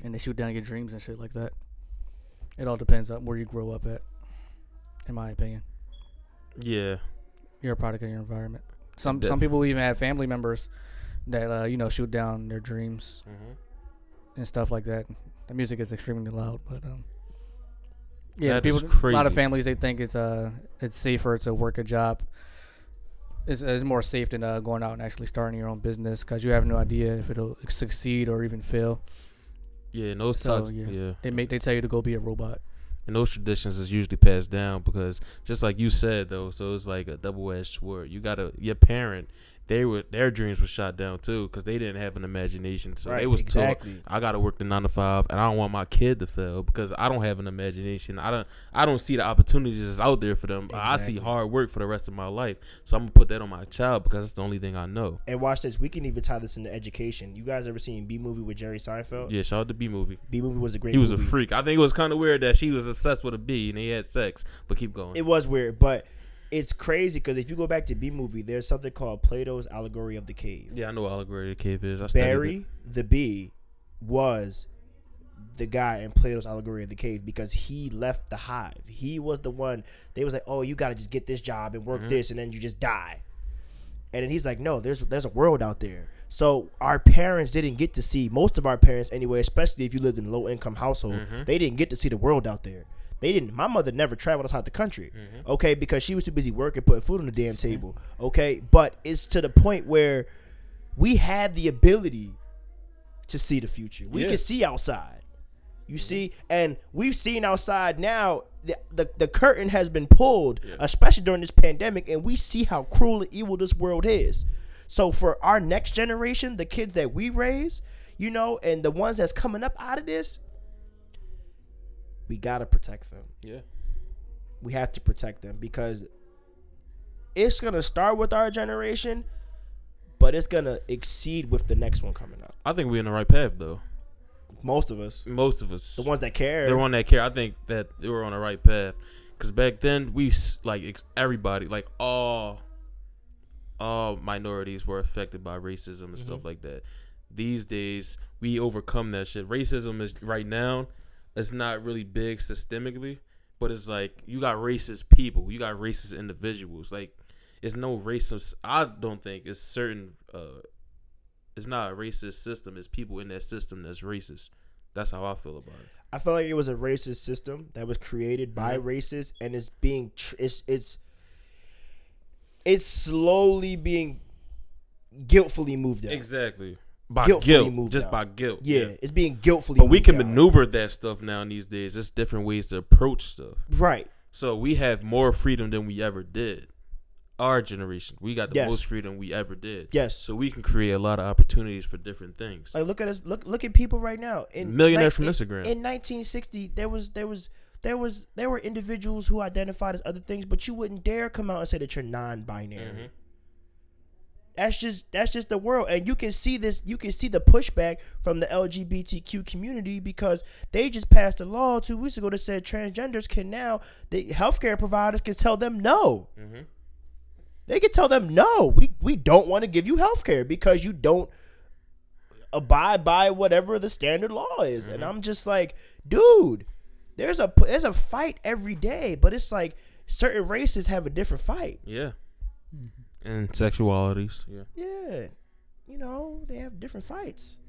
Speaker 4: and they shoot down your dreams and shit like that. It all depends on where you grow up at, in my opinion.
Speaker 3: Yeah.
Speaker 4: You're a product of your environment. Some
Speaker 3: Yeah.
Speaker 4: some people even have family members that uh, you know shoot down their dreams and stuff like that. The music is extremely loud, but um, yeah,
Speaker 3: That
Speaker 4: people.
Speaker 3: is
Speaker 4: A lot
Speaker 3: crazy.
Speaker 4: of families they think it's uh it's safer to work a job. It's, it's more safe than uh, going out and actually starting your own business because you have no idea if it'll succeed or even fail.
Speaker 3: Yeah. And those
Speaker 4: So
Speaker 3: types.
Speaker 4: yeah,
Speaker 3: yeah.
Speaker 4: they make they tell you to go be a robot.
Speaker 3: And those traditions is usually passed down because just like you said though, so it's like a double edged sword. You gotta your parent, they were their dreams were shot down too because they didn't have an imagination. So they
Speaker 5: Right,
Speaker 3: was
Speaker 5: exactly.
Speaker 3: told I gotta work the nine to five and I don't want my kid to fail because I don't have an imagination. I don't I don't see the opportunities that's out there for them. I see hard work for the rest of my life. So I'm gonna put that on my child because it's the only thing I know.
Speaker 5: and watch this we can even tie this into education you guys ever seen b movie with jerry seinfeld
Speaker 3: Yeah, shout out to B movie.
Speaker 5: b movie was a great
Speaker 3: He was a
Speaker 5: movie.
Speaker 3: freak. I think it was kinda weird that she was obsessed with a bee and they had sex. But keep going.
Speaker 5: it was weird, but it's crazy because if you go back to B movie, there's something called Plato's Allegory of the Cave.
Speaker 3: yeah, I know what allegory the cave is. I studied it.
Speaker 5: Barry the bee was the guy in Plato's Allegory of the Cave because he left the hive. He was the one they was like, "Oh, you got to just get this job and work this and then you just die." And then he's like, "No, there's there's a world out there." So our parents didn't get to see most of our parents anyway, especially if you lived in a low income household. They didn't get to see the world out there. They didn't. My mother never traveled outside the country, okay, because she was too busy working, putting food on the damn table, okay. But it's to the point where we have the ability to see the future. We
Speaker 3: Yeah.
Speaker 5: can see outside. You see, and we've seen outside now. The, the, the curtain has been pulled, especially during this pandemic, and we see how cruel and evil this world is. So for our next generation, the kids that we raise, you know, and the ones that's coming up out of this, we gotta protect them.
Speaker 3: Yeah.
Speaker 5: we have to protect them because it's gonna start with our generation, but it's gonna exceed with the next one coming up.
Speaker 3: I think we're in the right path though.
Speaker 5: Most of us,
Speaker 3: Most of us.
Speaker 5: the ones that care,
Speaker 3: the one that care. I think that they were on the right path because back then we s- like ex- everybody, like all all minorities were affected by racism and stuff like that. These days we overcome that shit. Racism is right now. It's not really big systemically, but it's like you got racist people, you got racist individuals. Like it's no racist. I don't think it's certain. uh It's not a racist system. It's people in that system that's racist. That's how I feel about it.
Speaker 5: I felt like it was a racist system that was created by racists, and it's being tr- it's it's it's slowly being guiltfully moved out.
Speaker 3: Exactly. By
Speaker 5: Guiltfully
Speaker 3: guilt,
Speaker 5: moved
Speaker 3: just
Speaker 5: out.
Speaker 3: by guilt.
Speaker 5: Yeah, it's being guiltfully.
Speaker 3: But we
Speaker 5: moved
Speaker 3: can
Speaker 5: out.
Speaker 3: maneuver that stuff now these days. It's different ways to approach stuff.
Speaker 5: Right.
Speaker 3: So we have more freedom than we ever did. Our generation, we got the
Speaker 5: Yes.
Speaker 3: most freedom we ever did.
Speaker 5: Yes.
Speaker 3: So we can create a lot of opportunities for different things.
Speaker 5: Like look at us. Look look at people right now. In
Speaker 3: Millionaire
Speaker 5: ni-
Speaker 3: from
Speaker 5: in-
Speaker 3: Instagram.
Speaker 5: In 1960, there was there was there was there were individuals who identified as other things, but you wouldn't dare come out and say that you're non-binary.
Speaker 3: Mm-hmm.
Speaker 5: That's just that's just the world, and you can see this. You can see the pushback from the LGBTQ community because they just passed a law two weeks ago that said transgenders can now the healthcare providers can tell them no.
Speaker 3: Mm-hmm.
Speaker 5: They can tell them no. We we don't want to give you healthcare because you don't abide by whatever the standard law is. And I'm just like, dude, there's a there's a fight every day, but it's like certain races have a different fight.
Speaker 3: yeah. And sexualities. Mm-hmm. Yeah.
Speaker 5: Yeah. You know, they have different fights.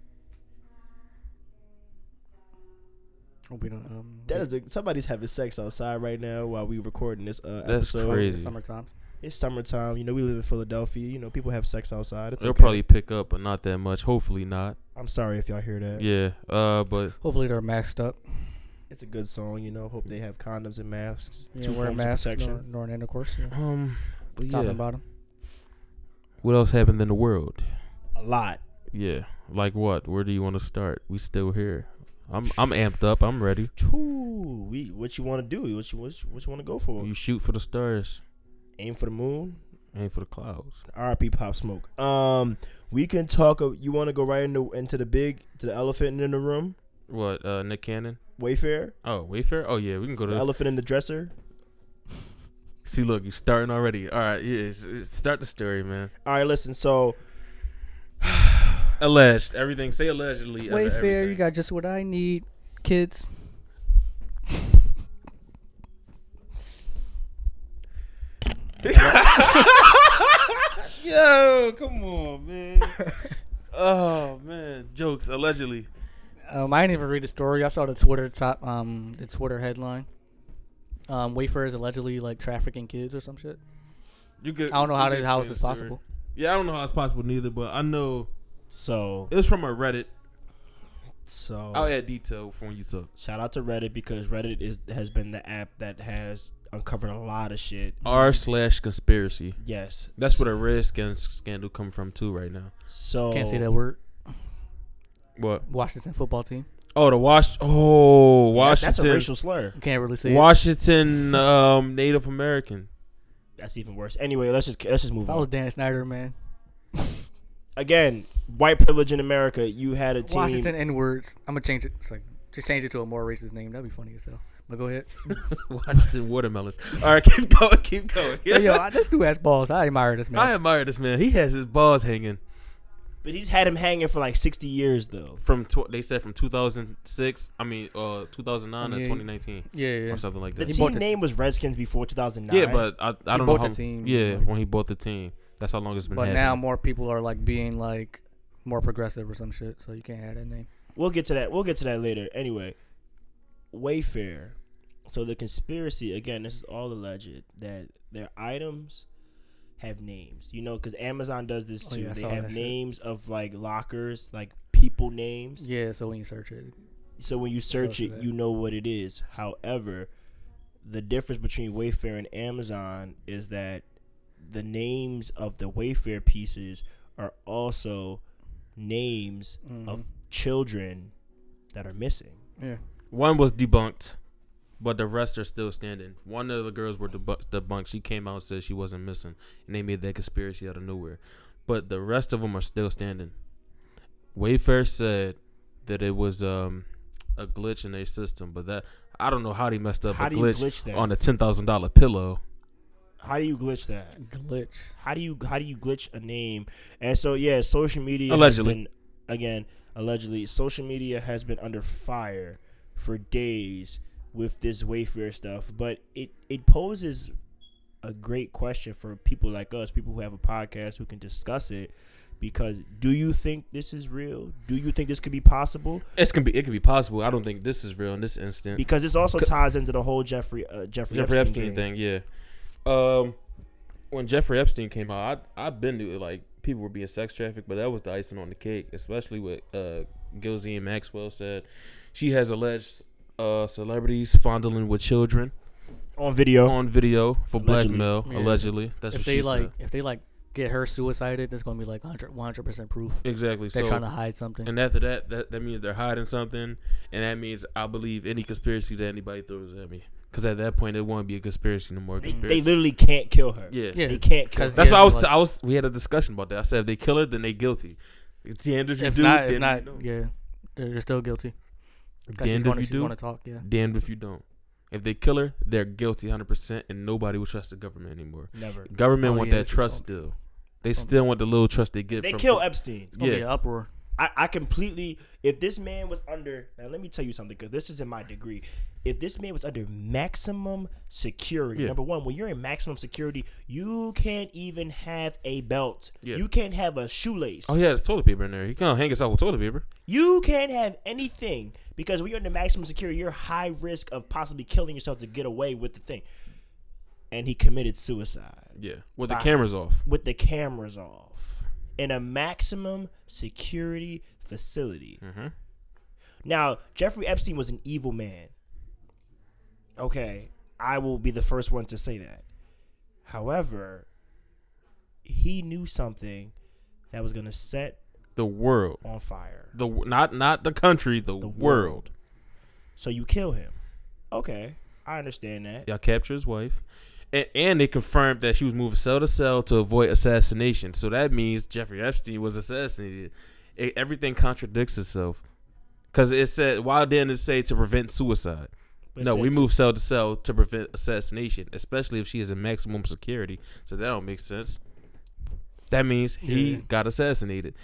Speaker 4: Hope we don't. Um,
Speaker 5: That is a, somebody's having sex outside right now while we recording this uh,
Speaker 3: That's
Speaker 5: episode.
Speaker 4: the
Speaker 3: crazy.
Speaker 4: summertime.
Speaker 5: It's summertime. You know, we live in Philadelphia. You know, people have sex outside. It's
Speaker 3: They'll
Speaker 5: okay.
Speaker 3: probably pick up, but not that much. Hopefully not.
Speaker 5: I'm sorry if y'all hear that.
Speaker 3: Yeah. Uh, but
Speaker 4: Hopefully they're maxed up.
Speaker 5: It's a good song. You know, hope they have condoms and masks.
Speaker 4: Yeah,
Speaker 5: two
Speaker 4: wear a
Speaker 5: forms of
Speaker 4: mask
Speaker 5: protection.
Speaker 4: nor, nor an intercourse. Yeah.
Speaker 3: um, but
Speaker 4: Top
Speaker 3: yeah.
Speaker 4: and bottom.
Speaker 3: What else happened in the world?
Speaker 5: A lot.
Speaker 3: Yeah. Like what? Where do you want to start? We still here. I'm I'm amped up. I'm ready.
Speaker 5: Ooh, we, what you want to do? What you what you, what you want to go for?
Speaker 3: You shoot for the stars,
Speaker 5: Aim for the moon.
Speaker 3: aim for the clouds.
Speaker 5: R.I.P. Pop Smoke. Um, we can talk. Of, you want to go right into into the big to the elephant in the room?
Speaker 3: What? Uh, Nick Cannon.
Speaker 5: Wayfair,
Speaker 3: Oh, Wayfair. Oh yeah, we can go
Speaker 5: the
Speaker 3: to.
Speaker 5: elephant in the dresser.
Speaker 3: See, look, you starting already. All right, yeah, s- s- start the story, man.
Speaker 5: All right, listen. So
Speaker 3: Alleged everything. Say allegedly. under
Speaker 4: Wayfair, you
Speaker 3: everything.
Speaker 4: got just what I need, kids.
Speaker 3: Yo, come on, man. oh man, jokes allegedly.
Speaker 4: Um, I didn't even read the story. I saw the Twitter top, um, the Twitter headline. Um, Wayfair is allegedly like trafficking kids or some shit.
Speaker 3: You could.
Speaker 4: I don't know
Speaker 3: you
Speaker 4: how
Speaker 3: could
Speaker 4: that how
Speaker 3: explain
Speaker 4: this is
Speaker 3: the story.
Speaker 4: possible.
Speaker 3: Yeah, I don't know how it's possible neither, but I know
Speaker 5: so
Speaker 3: it was from a Reddit.
Speaker 5: so.
Speaker 3: I'll add detail for when you talk.
Speaker 5: Shout out to Reddit because Reddit is has been the app that has uncovered a lot of shit.
Speaker 3: R slash conspiracy.
Speaker 5: Yes,
Speaker 3: That's where the red scan scandal come from too right now.
Speaker 5: so
Speaker 4: Can't say that word.
Speaker 3: What?
Speaker 4: Washington football team.
Speaker 3: Oh, the Wash. Oh,
Speaker 5: That-
Speaker 3: Washington.
Speaker 5: That's a racial slur.
Speaker 4: You can't really say. It.
Speaker 3: Washington um, Native American.
Speaker 5: That's even worse. Anyway, let's just let's just move
Speaker 4: If I
Speaker 5: on.
Speaker 4: was Dan Snyder, man.
Speaker 5: Again, white privilege in America. You had a team.
Speaker 4: Washington N words. I'm gonna change it. It's like just change it to a more racist name. That'd be funny as hell. But go ahead.
Speaker 3: Washington watermelons. All right, keep going, keep going.
Speaker 4: But yo, I, this dude has balls. I admire this
Speaker 3: I
Speaker 4: man.
Speaker 3: admire this man. He has his balls hanging
Speaker 5: But he's had him hanging for like sixty years though.
Speaker 3: from tw- they said from 2006. I mean, uh, 2009
Speaker 4: Yeah,
Speaker 3: to
Speaker 4: he-
Speaker 3: 2019
Speaker 4: Yeah, yeah. yeah.
Speaker 3: or something like
Speaker 5: The
Speaker 3: that.
Speaker 4: He bought
Speaker 5: team
Speaker 4: the-
Speaker 5: name was Redskins before two thousand nine.
Speaker 3: yeah, but I, I don't know
Speaker 4: bought
Speaker 3: how.
Speaker 4: the team,
Speaker 3: yeah,
Speaker 4: like-
Speaker 3: when he bought the team, that's how long it's been.
Speaker 4: But
Speaker 3: happening.
Speaker 4: now more people are like being like more progressive or some shit. So you can't have that name.
Speaker 5: we'll get to that. We'll get to that later. Anyway, Wayfair. So the conspiracy again. This is all alleged that their items have names. You know, because Amazon does this
Speaker 4: Oh,
Speaker 5: too.
Speaker 4: yeah, I
Speaker 5: they
Speaker 4: saw
Speaker 5: have
Speaker 4: that shit.
Speaker 5: names of like lockers, like people names.
Speaker 4: Yeah. So when you search it,
Speaker 5: So when you search
Speaker 4: Because
Speaker 5: it,
Speaker 4: of that.
Speaker 5: you know what it is. However, the difference between Wayfair and Amazon is that the names of the Wayfair pieces are also names
Speaker 4: Mm-hmm.
Speaker 5: of children that are missing.
Speaker 4: yeah.
Speaker 3: one was debunked. But the rest are still standing. One of the girls were debu- debunked. She came out and said she wasn't missing, and they made that conspiracy out of nowhere. But the rest of them are still standing. Wayfair said that it was um, a glitch in their system, but that I don't know how they messed up
Speaker 5: How
Speaker 3: a
Speaker 5: do you
Speaker 3: glitch,
Speaker 5: glitch that?
Speaker 3: on a ten thousand dollar pillow.
Speaker 5: How do you glitch that?
Speaker 4: glitch.
Speaker 5: How do you how do you glitch a name? And so yeah, social media has
Speaker 3: Allegedly.
Speaker 5: been- again allegedly social media has been under fire for days with this Wayfair stuff, but it it poses a great question for people like us, people who have a podcast who can discuss it. Because do you think this is real? Do you think this could be possible?
Speaker 3: It's can be it can be possible. I don't think this is real in this instance.
Speaker 5: Because this also
Speaker 3: Co-
Speaker 5: ties into the whole Jeffrey uh, Jeffrey,
Speaker 3: Jeffrey
Speaker 5: Epstein,
Speaker 3: Epstein, thing, yeah. Um, when Jeffrey Epstein came out, I I've been to like people were being sex trafficked, but that was the icing on the cake, especially what uh Gilzy and Maxwell said. She has alleged uh celebrities fondling with children
Speaker 5: on video.
Speaker 3: on video for
Speaker 5: Allegedly.
Speaker 3: blackmail,
Speaker 4: Yeah.
Speaker 3: allegedly. That's
Speaker 4: If
Speaker 3: what
Speaker 4: they
Speaker 3: she
Speaker 4: like,
Speaker 3: said.
Speaker 4: if they like get her suicided, it's gonna be like 100 percent proof.
Speaker 3: Exactly.
Speaker 4: They're
Speaker 3: so
Speaker 4: trying to hide something.
Speaker 3: and after that, that that means they're hiding something, and that means I believe any conspiracy that anybody throws at me, because at that point it won't be a conspiracy no more.
Speaker 5: They,
Speaker 3: Conspiracy.
Speaker 5: they literally can't kill her.
Speaker 3: yeah.
Speaker 4: yeah,
Speaker 5: They can't kill
Speaker 4: 'cause
Speaker 5: her.
Speaker 3: That's
Speaker 4: Yeah,
Speaker 3: why I was,
Speaker 4: like-
Speaker 3: I was. We had a discussion about that. I said if they kill her, then they guilty. It's the end if you
Speaker 4: if
Speaker 3: do,
Speaker 4: not, if
Speaker 3: then
Speaker 4: not,
Speaker 3: you don't.
Speaker 4: yeah, they're, they're still guilty. Because she's
Speaker 3: Damned
Speaker 4: gonna,
Speaker 3: if
Speaker 4: she's
Speaker 3: you
Speaker 4: gonna
Speaker 3: do,
Speaker 4: talk. Yeah,
Speaker 3: damned if you don't. If they kill her, they're guilty 100, percent and nobody will trust the government anymore.
Speaker 5: Never.
Speaker 3: Government
Speaker 4: Oh,
Speaker 3: want
Speaker 4: yeah,
Speaker 3: that
Speaker 4: this is
Speaker 3: trust
Speaker 4: all-
Speaker 3: still. They still want the little trust they get.
Speaker 5: They
Speaker 3: from,
Speaker 5: kill Epstein.
Speaker 4: it's gonna be
Speaker 3: Yeah,
Speaker 4: an uproar.
Speaker 5: I, I completely. If this man was under, now let me tell you something, because this is in my degree. If this man was under maximum security,
Speaker 3: Yeah.
Speaker 5: number one, when you're in maximum security, you can't even have a belt.
Speaker 3: Yeah.
Speaker 5: You can't have a shoelace.
Speaker 3: oh yeah, there's toilet paper in there. You can't hang yourself with toilet paper.
Speaker 5: You can't have anything because when you're under maximum security, you're high risk of possibly killing yourself to get away with the thing. And he committed suicide.
Speaker 3: Yeah, with the
Speaker 5: Bye.
Speaker 3: cameras off.
Speaker 5: with the cameras off in a maximum security facility. Now, Jeffrey Epstein was an evil man. Okay, I will be the first one to say that. However, he knew something that was going to set
Speaker 3: The world,
Speaker 5: on fire.
Speaker 3: the w- not not the country, the,
Speaker 5: The
Speaker 3: world.
Speaker 5: world. So you kill him. Okay, I understand that.
Speaker 3: Y'all capture his wife. And, and they confirmed that she was moving cell to cell to avoid assassination. So that means Jeffrey Epstein was assassinated. It, everything contradicts itself. Because it said, why didn't it say to prevent suicide?
Speaker 5: But
Speaker 3: no, we
Speaker 5: since-
Speaker 3: move cell to cell to prevent assassination, especially if she is in maximum security. So that don't make sense. That means he
Speaker 4: Yeah.
Speaker 3: got assassinated.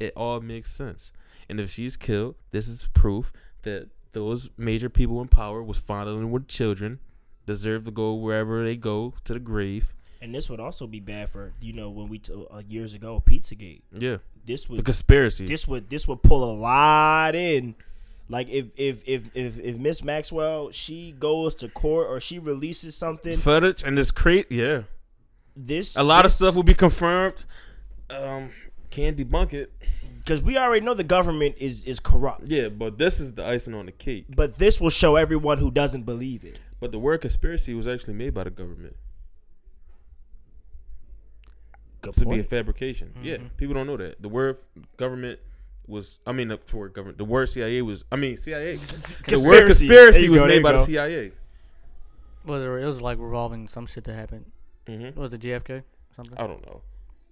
Speaker 3: It all makes sense. And if she's killed, this is proof that those major people in power was fondling with children, deserve to go wherever they go to the grave.
Speaker 5: And this would also be bad for you know when we t- uh, years ago Pizzagate.
Speaker 3: Yeah,
Speaker 5: This would
Speaker 3: the conspiracy.
Speaker 5: this would this would pull a lot in. Like if if if if, if Miss Maxwell she goes to court or she releases something,
Speaker 3: footage and this crate. Yeah,
Speaker 5: this
Speaker 3: a lot of stuff will be confirmed. Um, can't debunk it.
Speaker 5: because we already know the government is is corrupt.
Speaker 3: Yeah, but this is the icing on the cake.
Speaker 5: But this will show everyone who doesn't believe it.
Speaker 3: But the word conspiracy was actually made by the government
Speaker 5: Good
Speaker 3: to be a
Speaker 5: point.
Speaker 3: fabrication. Yeah, people don't know that. The word government was, I mean, the word government, the word CIA was, I mean, CIA. the word
Speaker 5: Conspiracy. There
Speaker 3: conspiracy
Speaker 5: you
Speaker 3: was
Speaker 5: go, there
Speaker 3: made
Speaker 5: you
Speaker 3: by the
Speaker 5: go.
Speaker 3: CIA.
Speaker 4: Well, there- it was like revolving some shit that happened.
Speaker 3: Mhm.
Speaker 4: Was it JFK? Something.
Speaker 3: I don't know.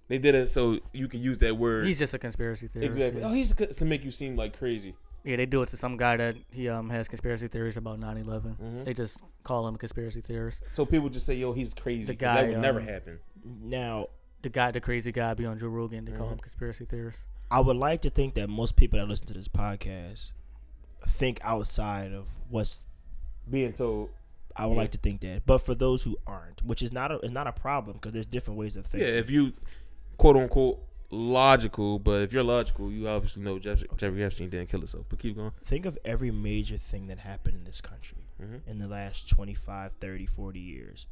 Speaker 3: They did it so you can use that word.
Speaker 4: He's just a conspiracy theorist.
Speaker 3: exactly.
Speaker 4: Yeah.
Speaker 3: Oh, he's good- to make you seem like crazy.
Speaker 4: Yeah, they do it to some guy that he um has conspiracy theories about 9/11.
Speaker 3: Mhm.
Speaker 4: They just call him a conspiracy theorist.
Speaker 3: So people just say, yo, he's crazy.
Speaker 4: The
Speaker 3: 'cause that
Speaker 4: guy,
Speaker 3: would never
Speaker 4: um,
Speaker 3: happen.
Speaker 5: Now
Speaker 4: The guy, the crazy guy, be on Joe Rogan. They
Speaker 3: Mm-hmm.
Speaker 4: call him conspiracy theorist.
Speaker 5: I would like to think that most people that listen to this podcast think outside of what's
Speaker 3: Being told.
Speaker 5: I would like to think that. But for those who aren't, which is not a is not a problem because there's different ways of
Speaker 3: Yeah,
Speaker 5: thinking.
Speaker 3: if you, quote unquote, logical, but if you're logical, you obviously know Jeff, Jeffrey Epstein didn't kill himself. But keep going.
Speaker 5: think of every major thing that happened in this country
Speaker 3: Mhm.
Speaker 5: in the last 25 30 40 years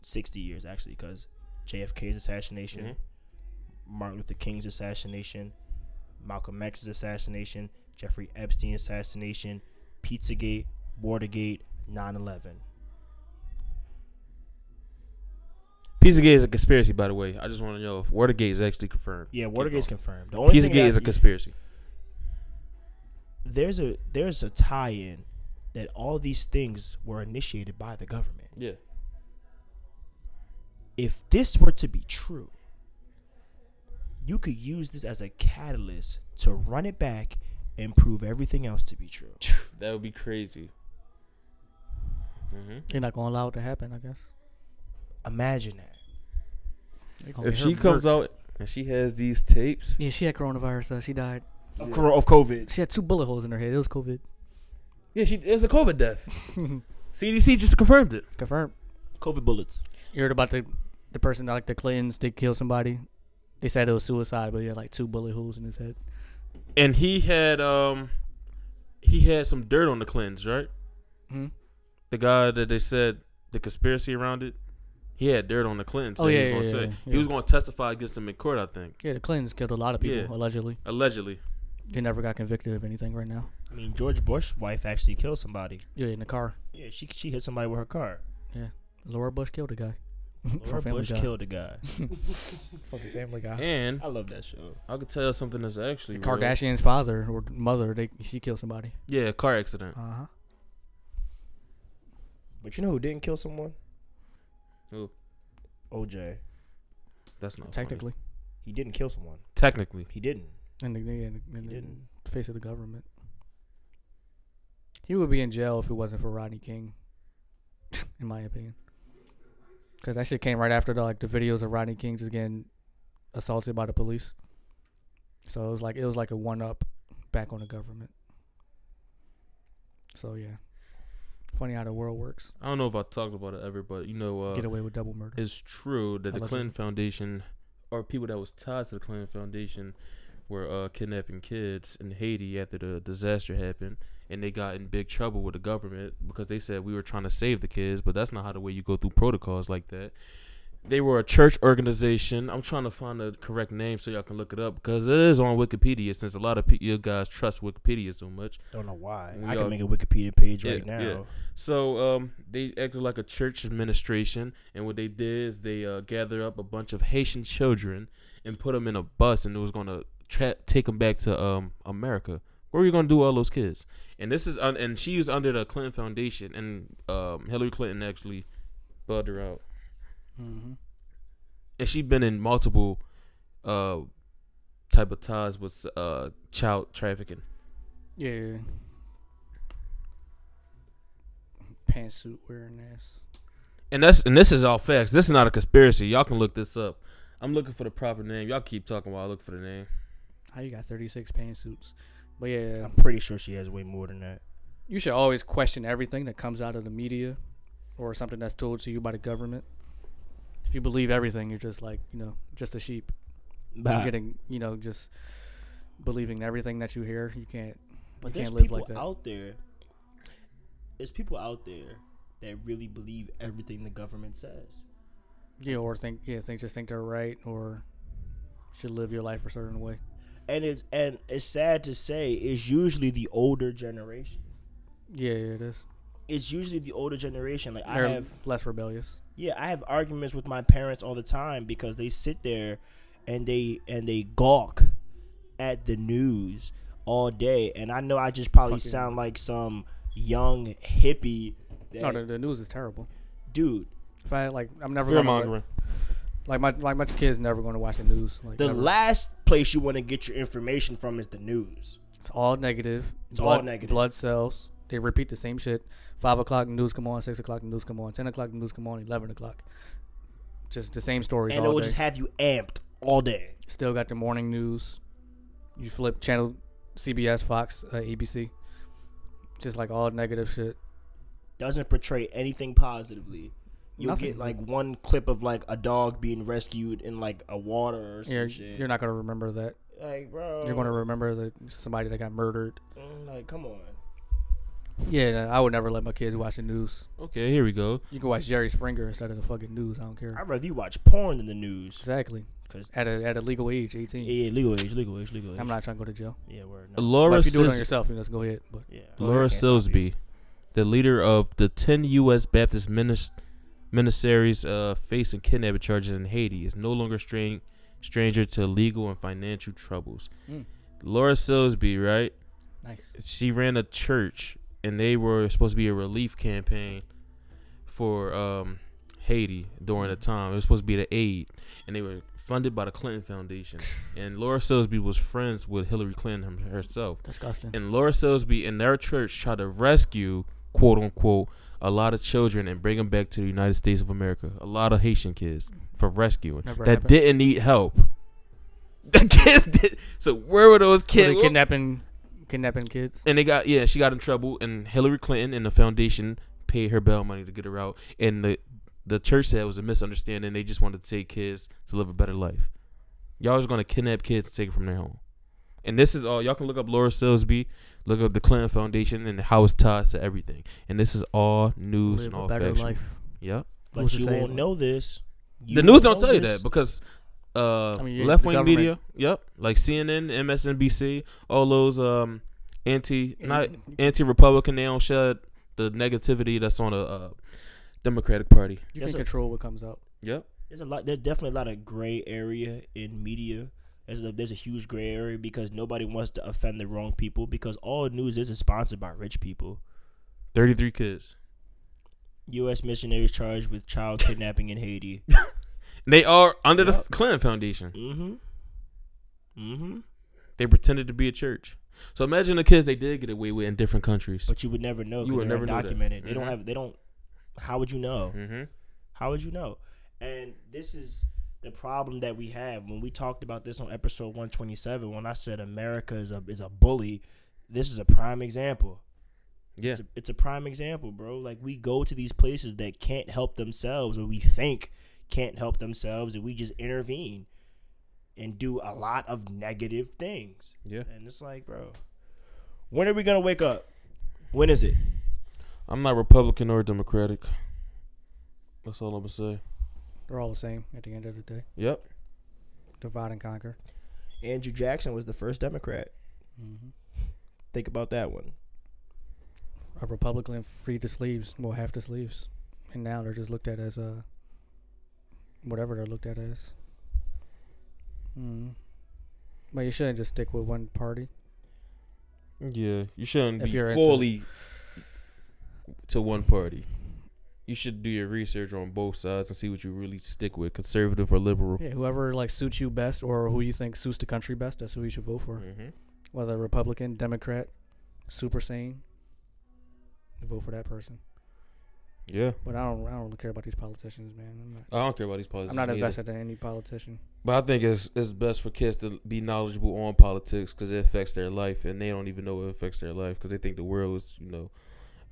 Speaker 5: 60 years actually because jfk's assassination
Speaker 3: Mm-hmm.
Speaker 5: martin luther king's assassination malcolm x's assassination jeffrey epstein assassination pizzagate watergate 9-11
Speaker 3: Pizzagate is a conspiracy, by the way. I just want to know if Watergate is actually confirmed.
Speaker 5: yeah
Speaker 3: Keep
Speaker 5: watergate's
Speaker 3: going.
Speaker 5: confirmed the only thing
Speaker 3: Pizzagate is a
Speaker 5: that-
Speaker 3: conspiracy.
Speaker 5: there's a there's a tie-in that all these things were initiated by the government.
Speaker 3: Yeah.
Speaker 5: If this were to be true, you could use this as a catalyst to run it back and prove everything else to be true.
Speaker 3: That would be crazy. Mm-hmm.
Speaker 4: They're not gonna allow it to happen. I guess.
Speaker 5: Imagine that.
Speaker 4: They gonna
Speaker 3: If
Speaker 4: get
Speaker 3: she
Speaker 4: her
Speaker 3: comes
Speaker 4: murked.
Speaker 3: out and she has these tapes,
Speaker 4: yeah, she had coronavirus. Uh, she died.
Speaker 5: Of, cor- of COVID.
Speaker 4: She had two bullet holes in her head. It was COVID.
Speaker 3: yeah, she it was a COVID death. CDC just confirmed it.
Speaker 4: Confirmed.
Speaker 5: COVID bullets.
Speaker 4: You heard about the the person that, like the Clintons? They killed somebody. They said it was suicide, but he had like two bullet holes in his head.
Speaker 3: And he had um, he had some dirt on the cleanse, right?
Speaker 4: Hmm?
Speaker 3: The guy that they said the conspiracy around it, he had dirt on the cleanse.
Speaker 4: Oh,
Speaker 3: that
Speaker 4: yeah,
Speaker 3: he was
Speaker 4: yeah,
Speaker 3: gonna
Speaker 4: yeah,
Speaker 3: say.
Speaker 4: yeah.
Speaker 3: He was going to testify against him in court, I think,
Speaker 4: Yeah, the Clintons killed a lot of people
Speaker 3: Yeah.
Speaker 4: allegedly.
Speaker 3: allegedly.
Speaker 4: They never got convicted of anything right now.
Speaker 5: I mean, George Bush's wife actually killed somebody.
Speaker 4: Yeah, in the car.
Speaker 5: Yeah, she she hit somebody with her car.
Speaker 4: Laura Bush killed a guy.
Speaker 5: Laura Bush killed a guy.
Speaker 4: fucking Family Guy.
Speaker 3: And
Speaker 5: I love that show.
Speaker 3: I could tell something that's actually
Speaker 4: Uh, The
Speaker 3: real.
Speaker 4: Kardashian's father or mother, they she killed somebody.
Speaker 3: Yeah, a car accident.
Speaker 4: Uh huh.
Speaker 5: But you know who didn't kill someone?
Speaker 3: Who?
Speaker 5: OJ.
Speaker 3: That's not funny.
Speaker 4: Technically,
Speaker 5: He didn't kill someone.
Speaker 3: Technically,
Speaker 5: He didn't.
Speaker 4: in the, in the, in
Speaker 5: He
Speaker 4: the
Speaker 5: didn't.
Speaker 4: face of the government, he would be in jail if it wasn't for Rodney King. in my opinion, because that shit came right after the like the videos of Rodney King just getting assaulted by the police. So it was like it was like a one up back on the government. So yeah, funny how the world works.
Speaker 3: I don't know if I talked about it ever, but you know, uh,
Speaker 4: Get away with double murder.
Speaker 3: it's true that the
Speaker 4: Allegedly.
Speaker 3: Clinton Foundation or people that was tied to the Clinton Foundation were uh, kidnapping kids in Haiti after the disaster happened, and they got in big trouble with the government because they said we were trying to save the kids, but that's not how the way you go through protocols like that. They were a church organization. I'm trying to find the correct name so y'all can look it up because it is on Wikipedia. Since a lot of pe- you guys trust Wikipedia so much,
Speaker 5: Don't know why.
Speaker 3: We
Speaker 5: I
Speaker 3: all-
Speaker 5: can make a Wikipedia page
Speaker 3: Yeah,
Speaker 5: right now.
Speaker 3: yeah. So um, they acted like a church administration, and what they did is they uh, gathered up a bunch of Haitian children and put them in a bus, and it was gonna tra- take them back to um, America. What were you gonna do with all those kids? And this is un- and she was under the Clinton Foundation, and um, Hillary Clinton actually bailed her out,
Speaker 4: Mm-hmm.
Speaker 3: and she'd been in multiple uh, type of ties with uh, child trafficking.
Speaker 4: Yeah. Pantsuit wearing ass.
Speaker 3: and that's and this is all facts. This is not a conspiracy. Y'all can look this up. I'm looking for the proper name. Y'all keep talking while I look for the name.
Speaker 4: How you got 36 pantsuits? But yeah,
Speaker 5: I'm pretty sure she has way more than that.
Speaker 4: you should always question everything that comes out of the media or something that's told to you by the government. If you believe everything, you're just like, you know, just a sheep. You're getting, you know, just believing everything that you hear. You can't
Speaker 5: But
Speaker 4: you
Speaker 5: there's
Speaker 4: can't live
Speaker 5: people
Speaker 4: like that.
Speaker 5: out there. There's people out there that really believe everything the government says.
Speaker 4: Yeah, or think yeah, think just think they're right or should live your life a certain way.
Speaker 5: And it's and it's sad to say it's usually the older generation.
Speaker 4: Yeah, yeah, it is.
Speaker 5: It's usually the older generation. Like
Speaker 4: They're
Speaker 5: I have
Speaker 4: less rebellious.
Speaker 5: Yeah, I have arguments with my parents all the time because they sit there and they and they gawk at the news all day, and I know I just probably
Speaker 4: Fucking-
Speaker 5: sound like some young hippie. That,
Speaker 4: No, the, the news is terrible.
Speaker 5: dude,
Speaker 4: If I like, I'm never
Speaker 3: Fear
Speaker 4: gonna like,
Speaker 3: mongering.
Speaker 4: like my like my kids never going to watch the news. Like
Speaker 5: the
Speaker 4: never.
Speaker 5: last place you want to get your information from is the news.
Speaker 4: it's all negative.
Speaker 5: It's all negative.
Speaker 4: Blood cells. They repeat the same shit. Five o'clock news come on. Six o'clock news come on. Ten o'clock news come on. Eleven o'clock. Just the same stories
Speaker 5: and it
Speaker 4: all
Speaker 5: will
Speaker 4: day.
Speaker 5: just have you amped all day.
Speaker 4: Still got the morning news. You flip channel, CBS, Fox, uh, ABC. Just like all negative shit.
Speaker 5: Doesn't portray anything positively. You'll
Speaker 4: Nothing.
Speaker 5: get like one clip of like a dog being rescued in like a water or some
Speaker 4: You're,
Speaker 5: shit. Oh.
Speaker 4: you're not gonna remember that.
Speaker 5: like, bro.
Speaker 4: You're gonna remember that somebody that got murdered.
Speaker 5: Mm, Like, come on.
Speaker 4: Yeah, I would never let my kids watch the news.
Speaker 3: Okay, here we go.
Speaker 4: You can watch Jerry Springer instead of the fucking news. I don't care.
Speaker 5: I'd rather you watch porn than the news.
Speaker 4: Exactly.
Speaker 5: 'Cause-
Speaker 4: At a at a legal age, eighteen.
Speaker 5: yeah, legal age, legal age, legal age.
Speaker 4: Mm. I'm not trying to go to jail.
Speaker 5: Yeah, word. No.
Speaker 4: But
Speaker 3: Laura
Speaker 4: if you do it on
Speaker 3: Sis-
Speaker 4: yourself, you just go ahead. But
Speaker 5: yeah.
Speaker 3: Laura Silsby, the leader of the 10 U.S. Baptist minis- ministries uh, facing kidnapping charges in Haiti, is no longer strang- stranger to legal and financial troubles.
Speaker 4: Mm.
Speaker 3: Laura Silsby, right?
Speaker 4: nice.
Speaker 3: She ran a church and they were supposed to be a relief campaign for um, Haiti during the time. It was supposed to be the aid, and they were funded by the Clinton Foundation. and Laura Silsby was friends with Hillary Clinton her- herself.
Speaker 4: Disgusting.
Speaker 3: And Laura Silsby and their church tried to rescue, quote unquote, a lot of children and bring them back to the United States of America. A lot of Haitian kids for rescuing
Speaker 4: Never
Speaker 3: that
Speaker 4: happened.
Speaker 3: didn't need help. The kids did. So where were those
Speaker 4: Were
Speaker 3: kids?
Speaker 4: they kidnapping, kidnapping kids.
Speaker 3: and they got yeah, she got in trouble, and Hillary Clinton and the foundation paid her bail money to get her out, and the the church said it was a misunderstanding. They just wanted to take kids to live a better life. Y'all was gonna kidnap kids and take it from their home, and this is all y'all can look up. Laura Silsby, look up the Clinton Foundation and how it's tied to everything, and this is all news
Speaker 4: Live
Speaker 3: and all
Speaker 4: a better
Speaker 3: factual.
Speaker 4: life.
Speaker 3: Yep,
Speaker 5: But
Speaker 4: Who's to
Speaker 5: you
Speaker 4: say
Speaker 5: won't
Speaker 4: that?
Speaker 5: know this. You
Speaker 3: the news
Speaker 5: won't
Speaker 3: don't
Speaker 5: know
Speaker 3: tell you
Speaker 5: this.
Speaker 3: that because. Uh,
Speaker 4: I mean, you- the
Speaker 3: left wing
Speaker 4: government-
Speaker 3: media, yep, like CNN, MSNBC, all those um, anti, not anti-republican. They don't shed the negativity that's on the uh, Democratic Party.
Speaker 4: You
Speaker 5: That's
Speaker 4: can
Speaker 5: a-
Speaker 4: control what comes out.
Speaker 3: Yep.
Speaker 5: There's a lot. There's definitely a lot of gray area in media. There's a, there's a huge gray area because nobody wants to offend the wrong people because all news is is sponsored by rich people.
Speaker 3: Thirty-three kids.
Speaker 5: U.S. missionaries charged with child kidnapping in Haiti.
Speaker 3: They are under the
Speaker 5: Yep.
Speaker 3: Clinton Foundation.
Speaker 5: Mm-hmm. Mm-hmm.
Speaker 3: They pretended to be a church. So imagine the kids they did get away with in different countries.
Speaker 5: But you would never know.
Speaker 3: You
Speaker 5: You
Speaker 3: would
Speaker 5: would
Speaker 3: never know that.
Speaker 5: documented. They don't
Speaker 3: Mhm.
Speaker 5: have. They don't. How would you know?
Speaker 3: Mm-hmm.
Speaker 5: How would you know? And this is the problem that we have when we talked about this on episode 127. When I said America is a is a bully, this is a prime example.
Speaker 3: Yeah.
Speaker 5: It's, a, it's a prime example, bro. Like we go to these places that can't help themselves, or we think can't help themselves, and we just intervene and do a lot of negative things.
Speaker 3: Yeah.
Speaker 5: And it's like, bro, when are we gonna wake up? When is it?
Speaker 3: I'm not Republican or Democratic. That's all I'm gonna say.
Speaker 4: They're all the same at the end of the day.
Speaker 3: Yep.
Speaker 4: Divide and conquer.
Speaker 5: Andrew Jackson was the first Democrat. Mm-hmm. Think about that one.
Speaker 4: A Republican freed the slaves, well, half the slaves, and now they're just looked at as uh, whatever they're looked at as. Mm. But you shouldn't just stick with one party.
Speaker 3: Yeah. You shouldn't
Speaker 4: If
Speaker 3: be
Speaker 4: you're into-
Speaker 3: fully to one party. You should do your research on both sides and see what you really stick with, conservative or liberal.
Speaker 4: Yeah, whoever like suits you best, or who you think suits the country best, that's who you should vote for.
Speaker 3: Mm-hmm.
Speaker 4: Whether Republican, Democrat, Super Saiyan, vote for that person.
Speaker 3: Yeah.
Speaker 4: But I don't, I don't really care about these politicians, man. I'm not,
Speaker 3: I don't care about these politics.
Speaker 4: I'm not
Speaker 3: either.
Speaker 4: invested in any politician.
Speaker 3: But I think it's it's best for kids to be knowledgeable on politics because it affects their life, and they don't even know it affects their life because they think the world is you know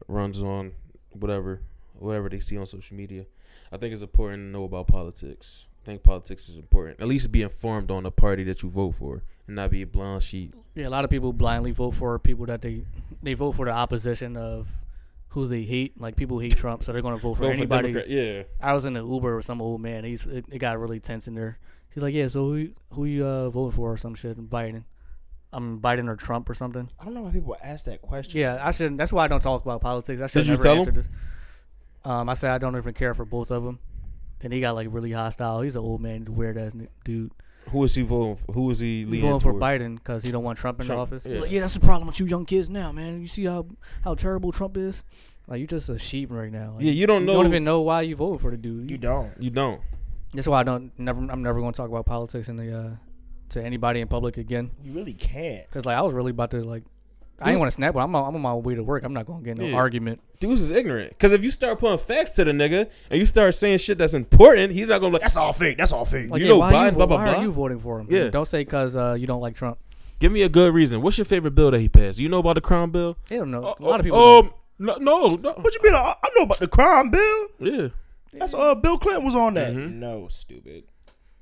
Speaker 3: runs on whatever whatever they see on social media. I think it's important to know about politics. I think politics is important. At least be informed on the party that you vote for, and not be a blind sheep.
Speaker 4: Yeah, a lot of people blindly vote for people that they they vote for the opposition of who they hate. Like people hate Trump, so they're going to vote for
Speaker 3: Vote
Speaker 4: anybody.
Speaker 3: Democrat- yeah.
Speaker 4: I was in an Uber with some old man. He's it, it got really tense in there. He's like, "Yeah, so who you- who you uh, voting for or some shit? Biden, I'm Biden or Trump or something."
Speaker 5: I don't know why people ask that question.
Speaker 4: Yeah, I shouldn't. That's why I don't talk about politics. I should
Speaker 3: you
Speaker 4: never
Speaker 3: tell him?
Speaker 4: answer this. Um, I said I don't even care for both of them. And he got like really hostile. He's an old man, weird ass dude.
Speaker 3: Who is he voting? For? Who is he
Speaker 4: He's
Speaker 3: leaning
Speaker 4: voting for
Speaker 3: toward?
Speaker 4: Biden because he don't want Trump in
Speaker 3: Trump,
Speaker 4: office. He's
Speaker 3: yeah.
Speaker 4: like, Yeah. that's the problem with you young kids now, man. You see how how terrible Trump is. Like you just a sheep right now. Like,
Speaker 3: Yeah, you don't
Speaker 4: you
Speaker 3: know.
Speaker 4: don't even know why you voted for the dude.
Speaker 5: You
Speaker 4: You-
Speaker 5: don't.
Speaker 3: You don't.
Speaker 4: that's why I don't never. I'm never going to talk about politics in the uh, to anybody in public again.
Speaker 5: You really can't.
Speaker 4: Because like I was really about to like. I didn't want to snap, but I'm on, I'm on my way to work. I'm not going to get in no
Speaker 3: Yeah.
Speaker 4: argument.
Speaker 3: Dudes is ignorant. Cause if you start putting facts to the nigga and you start saying shit that's important, he's not gonna like.
Speaker 5: That's all fake. That's all fake.
Speaker 4: Like,
Speaker 3: You
Speaker 4: yeah,
Speaker 3: know
Speaker 4: why
Speaker 3: Biden,
Speaker 4: are you,
Speaker 3: blah,
Speaker 4: vo-
Speaker 3: blah,
Speaker 4: why
Speaker 3: blah.
Speaker 4: are you voting for him?
Speaker 3: Yeah.
Speaker 4: Don't say because uh, you don't like Trump.
Speaker 3: Give me a good reason. What's your favorite bill that he passed? You know about the crime bill?
Speaker 4: They don't know. a lot of people. don't.
Speaker 3: Um, no, no, no.
Speaker 5: What you mean? I, I know about the crime bill.
Speaker 3: Yeah,
Speaker 5: That's uh, Bill Clinton was on that.
Speaker 3: Mhm.
Speaker 5: No, stupid.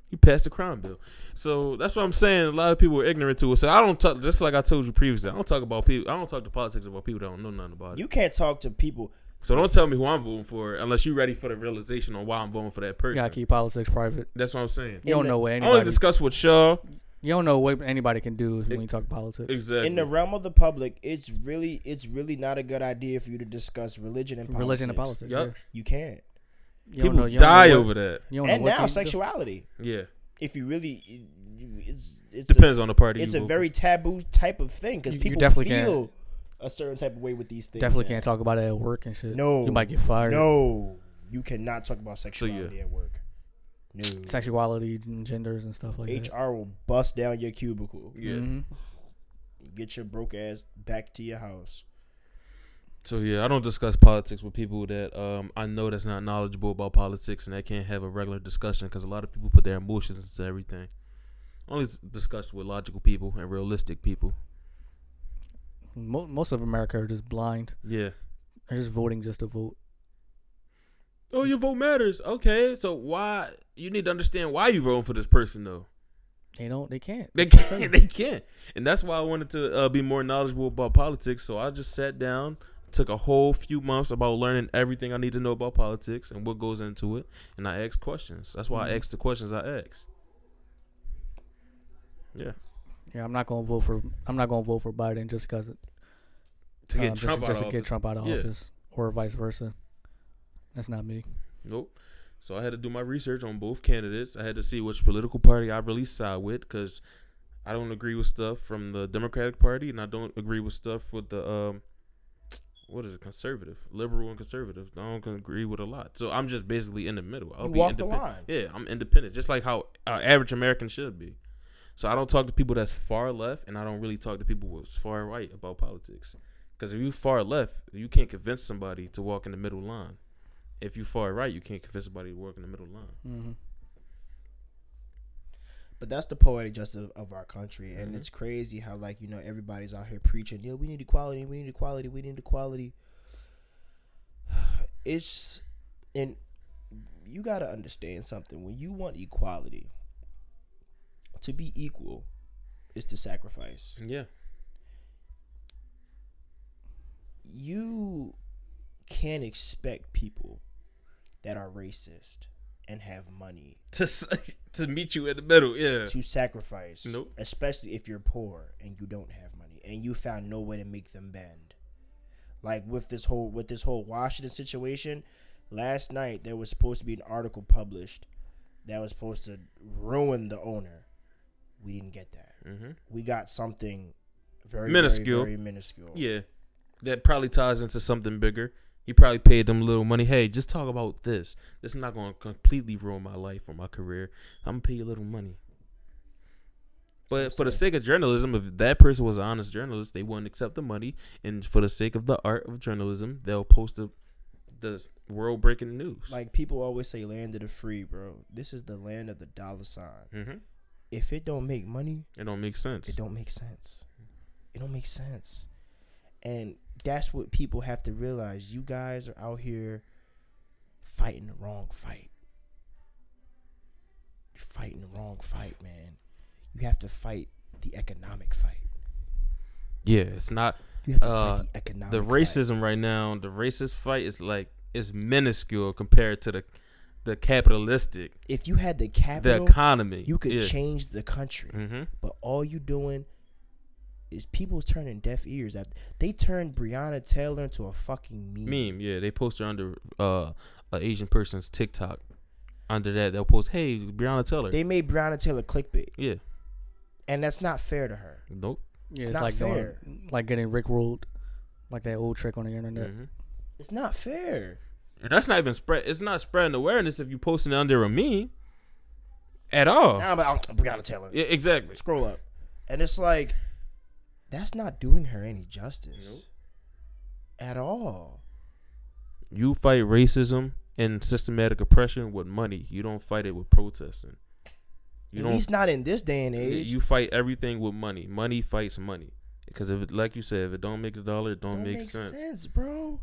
Speaker 3: he passed the crime bill. So that's what I'm saying. A lot of people are ignorant to it. So I don't talk. Just like I told you previously, I don't talk about people. I don't talk to politics about people that don't know nothing about it.
Speaker 5: You can't talk to people.
Speaker 3: so don't tell me who I'm voting for unless you're ready for the realization on why I'm voting for that
Speaker 4: You
Speaker 3: person.
Speaker 4: gotta keep politics private.
Speaker 3: that's what I'm saying.
Speaker 4: You don't know what
Speaker 3: I only
Speaker 4: anybody.
Speaker 3: discuss with y'all.
Speaker 4: you don't know what anybody can do when you talk politics.
Speaker 3: Exactly.
Speaker 5: In the realm of the public, it's really, it's really not a good idea for you to discuss religion and politics.
Speaker 4: Religion and politics.
Speaker 3: Yup.
Speaker 4: yeah.
Speaker 5: You can't.
Speaker 4: You
Speaker 3: people
Speaker 4: don't know, you don't know
Speaker 3: die
Speaker 4: what-
Speaker 3: over that.
Speaker 4: You don't
Speaker 5: And
Speaker 4: know what
Speaker 5: now
Speaker 4: they do.
Speaker 5: sexuality.
Speaker 3: Yeah,
Speaker 5: If you really, you- it's it's
Speaker 3: depends
Speaker 5: a,
Speaker 3: on the party.
Speaker 5: It's
Speaker 3: you
Speaker 5: a
Speaker 3: vote
Speaker 5: very taboo type of thing because
Speaker 4: You- you
Speaker 5: people
Speaker 4: definitely
Speaker 5: feel a certain type of way with these things.
Speaker 4: Definitely
Speaker 5: now.
Speaker 4: can't talk about it at work and shit.
Speaker 5: No,
Speaker 4: you might get fired.
Speaker 5: No, you cannot talk about sexuality at work. No,
Speaker 4: sexuality and genders and stuff like that.
Speaker 5: HR will bust down your cubicle.
Speaker 3: Yeah.
Speaker 4: Mhm.
Speaker 5: Get your broke ass back to your house.
Speaker 3: So yeah, I don't discuss politics with people that um, I know that's not knowledgeable about politics and that can't have a regular discussion because a lot of people put their emotions into everything. Only s- discuss with logical people and realistic people.
Speaker 4: Mo- most of America are just blind.
Speaker 3: Yeah.
Speaker 4: They're just voting just to vote.
Speaker 3: Oh, your vote matters. Okay, so why you need to understand why you voting for this person though?
Speaker 4: They don't. They can't.
Speaker 3: They
Speaker 4: That's what I'm
Speaker 3: can't.
Speaker 4: saying.
Speaker 3: They can't. And that's why I wanted to uh, be more knowledgeable about politics. So I just sat down, took a whole few months about learning everything I need to know about politics and what goes into it. And I asked questions. That's why I
Speaker 4: Mm-hmm.
Speaker 3: asked the questions I asked. Yeah.
Speaker 4: yeah, I'm not gonna vote for. I'm not gonna vote for Biden just because
Speaker 3: To get
Speaker 4: um,
Speaker 3: Trump
Speaker 4: just, just
Speaker 3: out
Speaker 4: to
Speaker 3: of
Speaker 4: get
Speaker 3: office.
Speaker 4: Trump out of
Speaker 3: Yeah.
Speaker 4: office or vice versa. That's not me.
Speaker 3: Nope. So I had to do my research on both candidates. I had to see which political party I really side with because I don't agree with stuff from the Democratic Party and I don't agree with stuff with the um what is it conservative liberal and conservative i don't agree with a lot so i'm just basically in the middle i'll
Speaker 5: You
Speaker 3: be
Speaker 5: walk the
Speaker 3: independent
Speaker 5: line.
Speaker 3: yeah i'm independent just like how our average american should be so i don't talk to people that's far left and i don't really talk to people who's far right about politics because if you far left you can't convince somebody to walk in the middle line if you far right, you can't convince somebody to work in the middle line.
Speaker 4: hmm
Speaker 5: But that's the poetic justice of, of our country, and it's crazy how like you know everybody's out here preaching, yo, we need equality, we need equality, we need equality. It's and you gotta understand something. When you want equality, to be equal is to sacrifice.
Speaker 3: Yeah,
Speaker 5: you can't expect people that are racist and have money
Speaker 3: to s- to meet you in the middle. Yeah,
Speaker 5: to sacrifice.
Speaker 3: Nope.
Speaker 5: Especially if you're poor and you don't have money and you found no way to make them bend. Like with this whole with this whole Washington situation, last night there was supposed to be an article published that was supposed to ruin the owner. We didn't get that.
Speaker 3: Mhm.
Speaker 5: We got something very minuscule.
Speaker 3: Minuscule.
Speaker 5: Very, minuscule.
Speaker 3: yeah, that probably ties into something bigger. You probably paid them little money. Hey, just talk about this. This is not going to completely ruin my life or my career. I'm gonna pay you a little money. But for the sake of journalism, if that person was an honest journalist, they wouldn't accept the money. And for the sake of the art of journalism, they'll post the the world breaking news.
Speaker 5: Like people always say, land of the free, bro. This is the land of the dollar sign.
Speaker 3: mm-hmm.
Speaker 5: If it don't make money,
Speaker 3: it don't make sense.
Speaker 5: it don't make sense. It don't make sense. And that's what people have to realize. You guys are out here fighting the wrong fight. You're fighting the wrong fight, man. You have to fight the economic fight.
Speaker 3: yeah, it's not.
Speaker 5: You have to
Speaker 3: Uh,
Speaker 5: fight the economic
Speaker 3: the
Speaker 5: fight.
Speaker 3: racism right now, the racist fight is like it's minuscule compared to the the capitalistic,
Speaker 5: If you had the capital,
Speaker 3: the economy.
Speaker 5: you could
Speaker 3: yeah.
Speaker 5: change the country.
Speaker 3: hmm
Speaker 5: But all you doing is people turning deaf ears. After they turned Breonna Taylor into a fucking meme.
Speaker 3: Meme, yeah. They post her under uh, a Asian person's TikTok. Under that, they'll post, "Hey, Breonna Taylor."
Speaker 5: They made Breonna Taylor clickbait,
Speaker 3: yeah.
Speaker 5: and that's not fair to her.
Speaker 3: Nope.
Speaker 4: Yeah,
Speaker 5: It's
Speaker 4: it's,
Speaker 5: not
Speaker 4: like
Speaker 5: fair.
Speaker 4: Doing, like getting rickrolled, like that old trick on the internet.
Speaker 5: Mm-hmm.
Speaker 3: Mhm.
Speaker 5: It's not fair.
Speaker 3: And that's not even spread. It's not spreading awareness if you posting it under a meme at all.
Speaker 5: Nah, but I'm Breonna Taylor.
Speaker 3: Oh. Yeah, exactly.
Speaker 5: Scroll up, and it's like that's not doing her any justice at all.
Speaker 3: You fight racism and systematic oppression with money. You don't fight it with protesting. You
Speaker 5: At
Speaker 3: don't
Speaker 5: least not in this day and
Speaker 3: Yeah,
Speaker 5: age.
Speaker 3: You fight everything with money. Money fights money. Because if, it, like you said, if it don't make a dollar, it
Speaker 5: Don't
Speaker 3: don't, make, sense.
Speaker 5: bro.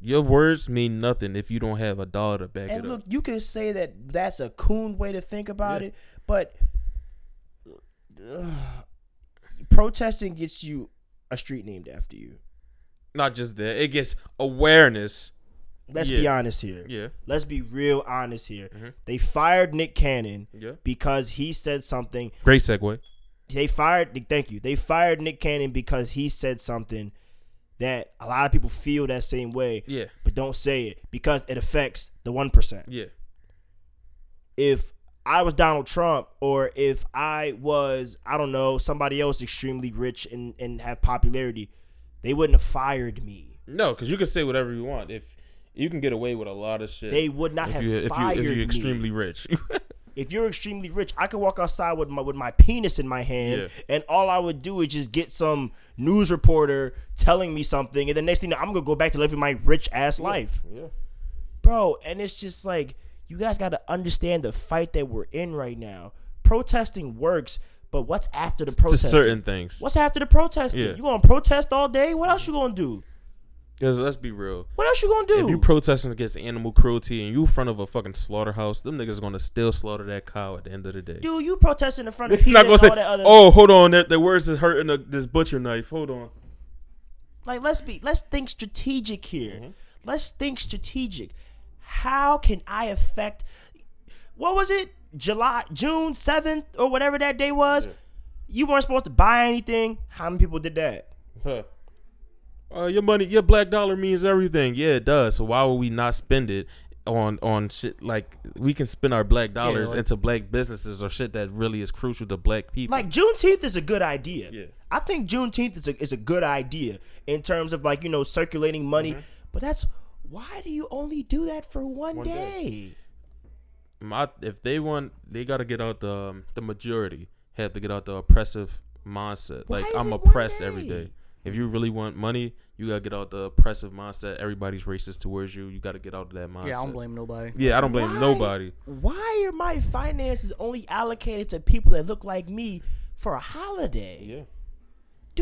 Speaker 3: Your words mean nothing if you don't have a dollar to back
Speaker 5: And
Speaker 3: it
Speaker 5: look,
Speaker 3: up.
Speaker 5: you could say that that's a coon way to think about
Speaker 3: Yeah.
Speaker 5: it, but ugh, protesting gets you a street named after you.
Speaker 3: Not just that. It gets awareness.
Speaker 5: Let's
Speaker 3: Yeah.
Speaker 5: be honest here.
Speaker 3: Yeah.
Speaker 5: Let's be real honest here.
Speaker 3: Mhm.
Speaker 5: They fired Nick Cannon
Speaker 3: Yeah.
Speaker 5: because he said something.
Speaker 3: Great segue.
Speaker 5: They fired. Thank you. They fired Nick Cannon because he said something that a lot of people feel that same way,
Speaker 3: Yeah.
Speaker 5: but don't say it because it affects the one percent.
Speaker 3: Yeah.
Speaker 5: if I was Donald Trump or if I was, I don't know, somebody else extremely rich and, and have popularity, They wouldn't have fired me.
Speaker 3: No, because you can say whatever you want. If you can get away with a lot of shit,
Speaker 5: They would not
Speaker 3: if
Speaker 5: have
Speaker 3: you if you
Speaker 5: fired
Speaker 3: if you're
Speaker 5: me.
Speaker 3: extremely rich.
Speaker 5: if you're extremely rich, I could walk outside with my with my penis in my hand,
Speaker 3: Yeah.
Speaker 5: and all I would do is just get some news reporter telling me something, and the next thing you know, I'm gonna go back to living my rich ass life,
Speaker 3: yeah.
Speaker 5: bro. And it's just like you guys got to understand the fight that we're in right now. Protesting works, but what's after the
Speaker 3: To
Speaker 5: protest?
Speaker 3: certain things.
Speaker 5: What's after the protesting?
Speaker 3: Yeah.
Speaker 5: You gonna protest all day? What else you gonna do?
Speaker 3: Because let's be real.
Speaker 5: What else you gonna do?
Speaker 3: If you protesting against animal cruelty and you in front of a fucking slaughterhouse, them niggas gonna still slaughter that cow at the end of the day.
Speaker 5: Dude, you protesting in front of
Speaker 3: It's not
Speaker 5: Peter
Speaker 3: gonna
Speaker 5: and
Speaker 3: say,
Speaker 5: all that other
Speaker 3: "Oh, hold on, that the words is hurting the, this butcher knife." Hold on.
Speaker 5: Like let's be let's think strategic here. Let's think strategic. How can I affect what was it? July June 7th or whatever that day was? You weren't supposed to buy anything. How many people did that?
Speaker 3: Huh. Uh, your money, your black dollar means everything. Yeah, it does. So why would we not spend it on on shit like we can spend our black dollars
Speaker 4: like-
Speaker 3: into black businesses or shit that really is crucial to black people?
Speaker 5: Like Juneteenth is a good idea.
Speaker 3: Yeah.
Speaker 5: I think Juneteenth is a is a good idea in terms of like, you know, circulating money. But that's why do you only do that for one, day?
Speaker 3: My, if they want, they got to get out the um, the majority. Have to get out the oppressive mindset.
Speaker 5: Why
Speaker 3: like
Speaker 5: is
Speaker 3: I'm
Speaker 5: it one
Speaker 3: oppressed every
Speaker 5: day?
Speaker 3: day. If you really want money, you gotta get out the oppressive mindset. Everybody's racist towards you. You gotta get out of that mindset.
Speaker 4: Yeah, I don't blame nobody.
Speaker 3: Yeah, I don't blame
Speaker 5: Why-
Speaker 3: nobody.
Speaker 5: Why are my finances only allocated to people that look like me for a holiday?
Speaker 3: Yeah, they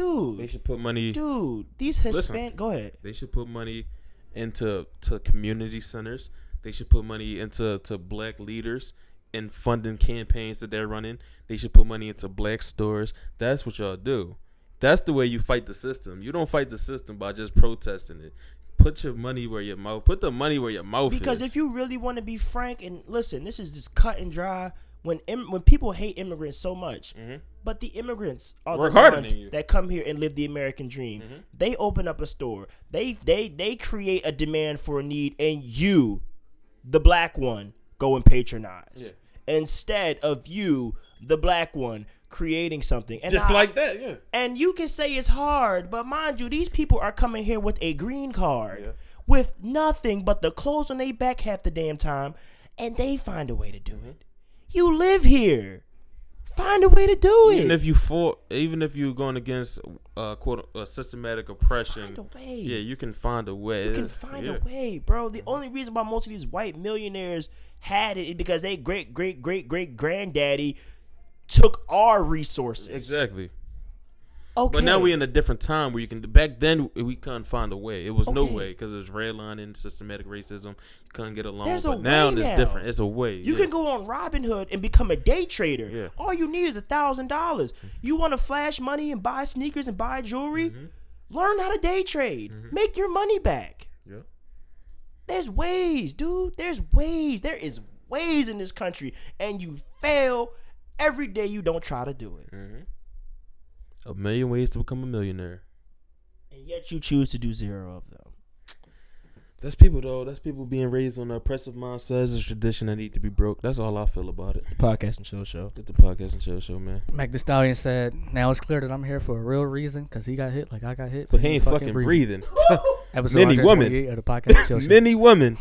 Speaker 5: Dude,
Speaker 3: should put money.
Speaker 5: dude, these
Speaker 3: Listen.
Speaker 5: Hispanic. Go ahead.
Speaker 3: They should put money into to community centers. They should put money into to black leaders and funding campaigns that they're running. They should put money into black stores. That's what y'all do. That's the way you fight the system. You don't fight the system by just protesting it. Put your money where your mouth. Put the money where your mouth
Speaker 5: Because
Speaker 3: is.
Speaker 5: if you really want to be frank and listen, this is just cut and dry. When Im- when people hate immigrants so much, but the immigrants are
Speaker 3: Mm-hmm. Work
Speaker 5: the
Speaker 3: harder
Speaker 5: ones
Speaker 3: than you. Mm-hmm.
Speaker 5: that come here and live the American dream. They open up a store. They they they create a demand for a need, and you, the black one, go and patronize instead of you, the black one, creating something. And
Speaker 3: just
Speaker 5: I-
Speaker 3: like that, yeah.
Speaker 5: And you can say it's hard, but mind you, these people are coming here with a green card, with nothing but the clothes on their back half the damn time, and they find a way to do it. You live here, find a way to do
Speaker 3: Even
Speaker 5: it.
Speaker 3: if you for, even if you're going against uh, quote uh, systematic oppression,
Speaker 5: Find a way.
Speaker 3: yeah, you can find a way.
Speaker 5: you can find
Speaker 3: Yeah.
Speaker 5: a way, bro. The only reason why most of these white millionaires had it is because they great great great great granddaddy took our resources.
Speaker 3: Exactly.
Speaker 5: Okay,
Speaker 3: But now we're in a different time where you can. Back then we couldn't find a way. It was no
Speaker 5: Okay.
Speaker 3: way because there's redlining, systematic racism. You couldn't get along.
Speaker 5: There's a
Speaker 3: but now
Speaker 5: way
Speaker 3: it's
Speaker 5: now.
Speaker 3: different. It's a way.
Speaker 5: You can go on Robinhood and become a day trader.
Speaker 3: Yeah.
Speaker 5: All you need is a thousand dollars. You want to flash money and buy sneakers and buy jewelry? Learn how to day trade. Make your money back.
Speaker 3: Yeah.
Speaker 5: There's ways, dude. There's ways. There is ways in this country, and you fail every day you don't try to do it,
Speaker 3: A million ways to become a millionaire.
Speaker 5: and yet you choose to do zero of them.
Speaker 3: That's people though. That's people being raised on an oppressive mindset. It's a tradition that need to be broke. That's all I feel about it.
Speaker 5: Podcast and show show.
Speaker 3: It's a podcast and show show, man.
Speaker 4: Mac the Stallion said, "Now it's clear that I'm here for a real reason, cause he got hit like I got hit,
Speaker 3: But he ain't fucking breathing.
Speaker 4: Episode
Speaker 3: Many women.
Speaker 4: 128 of the podcast. Show Show.
Speaker 3: Many women.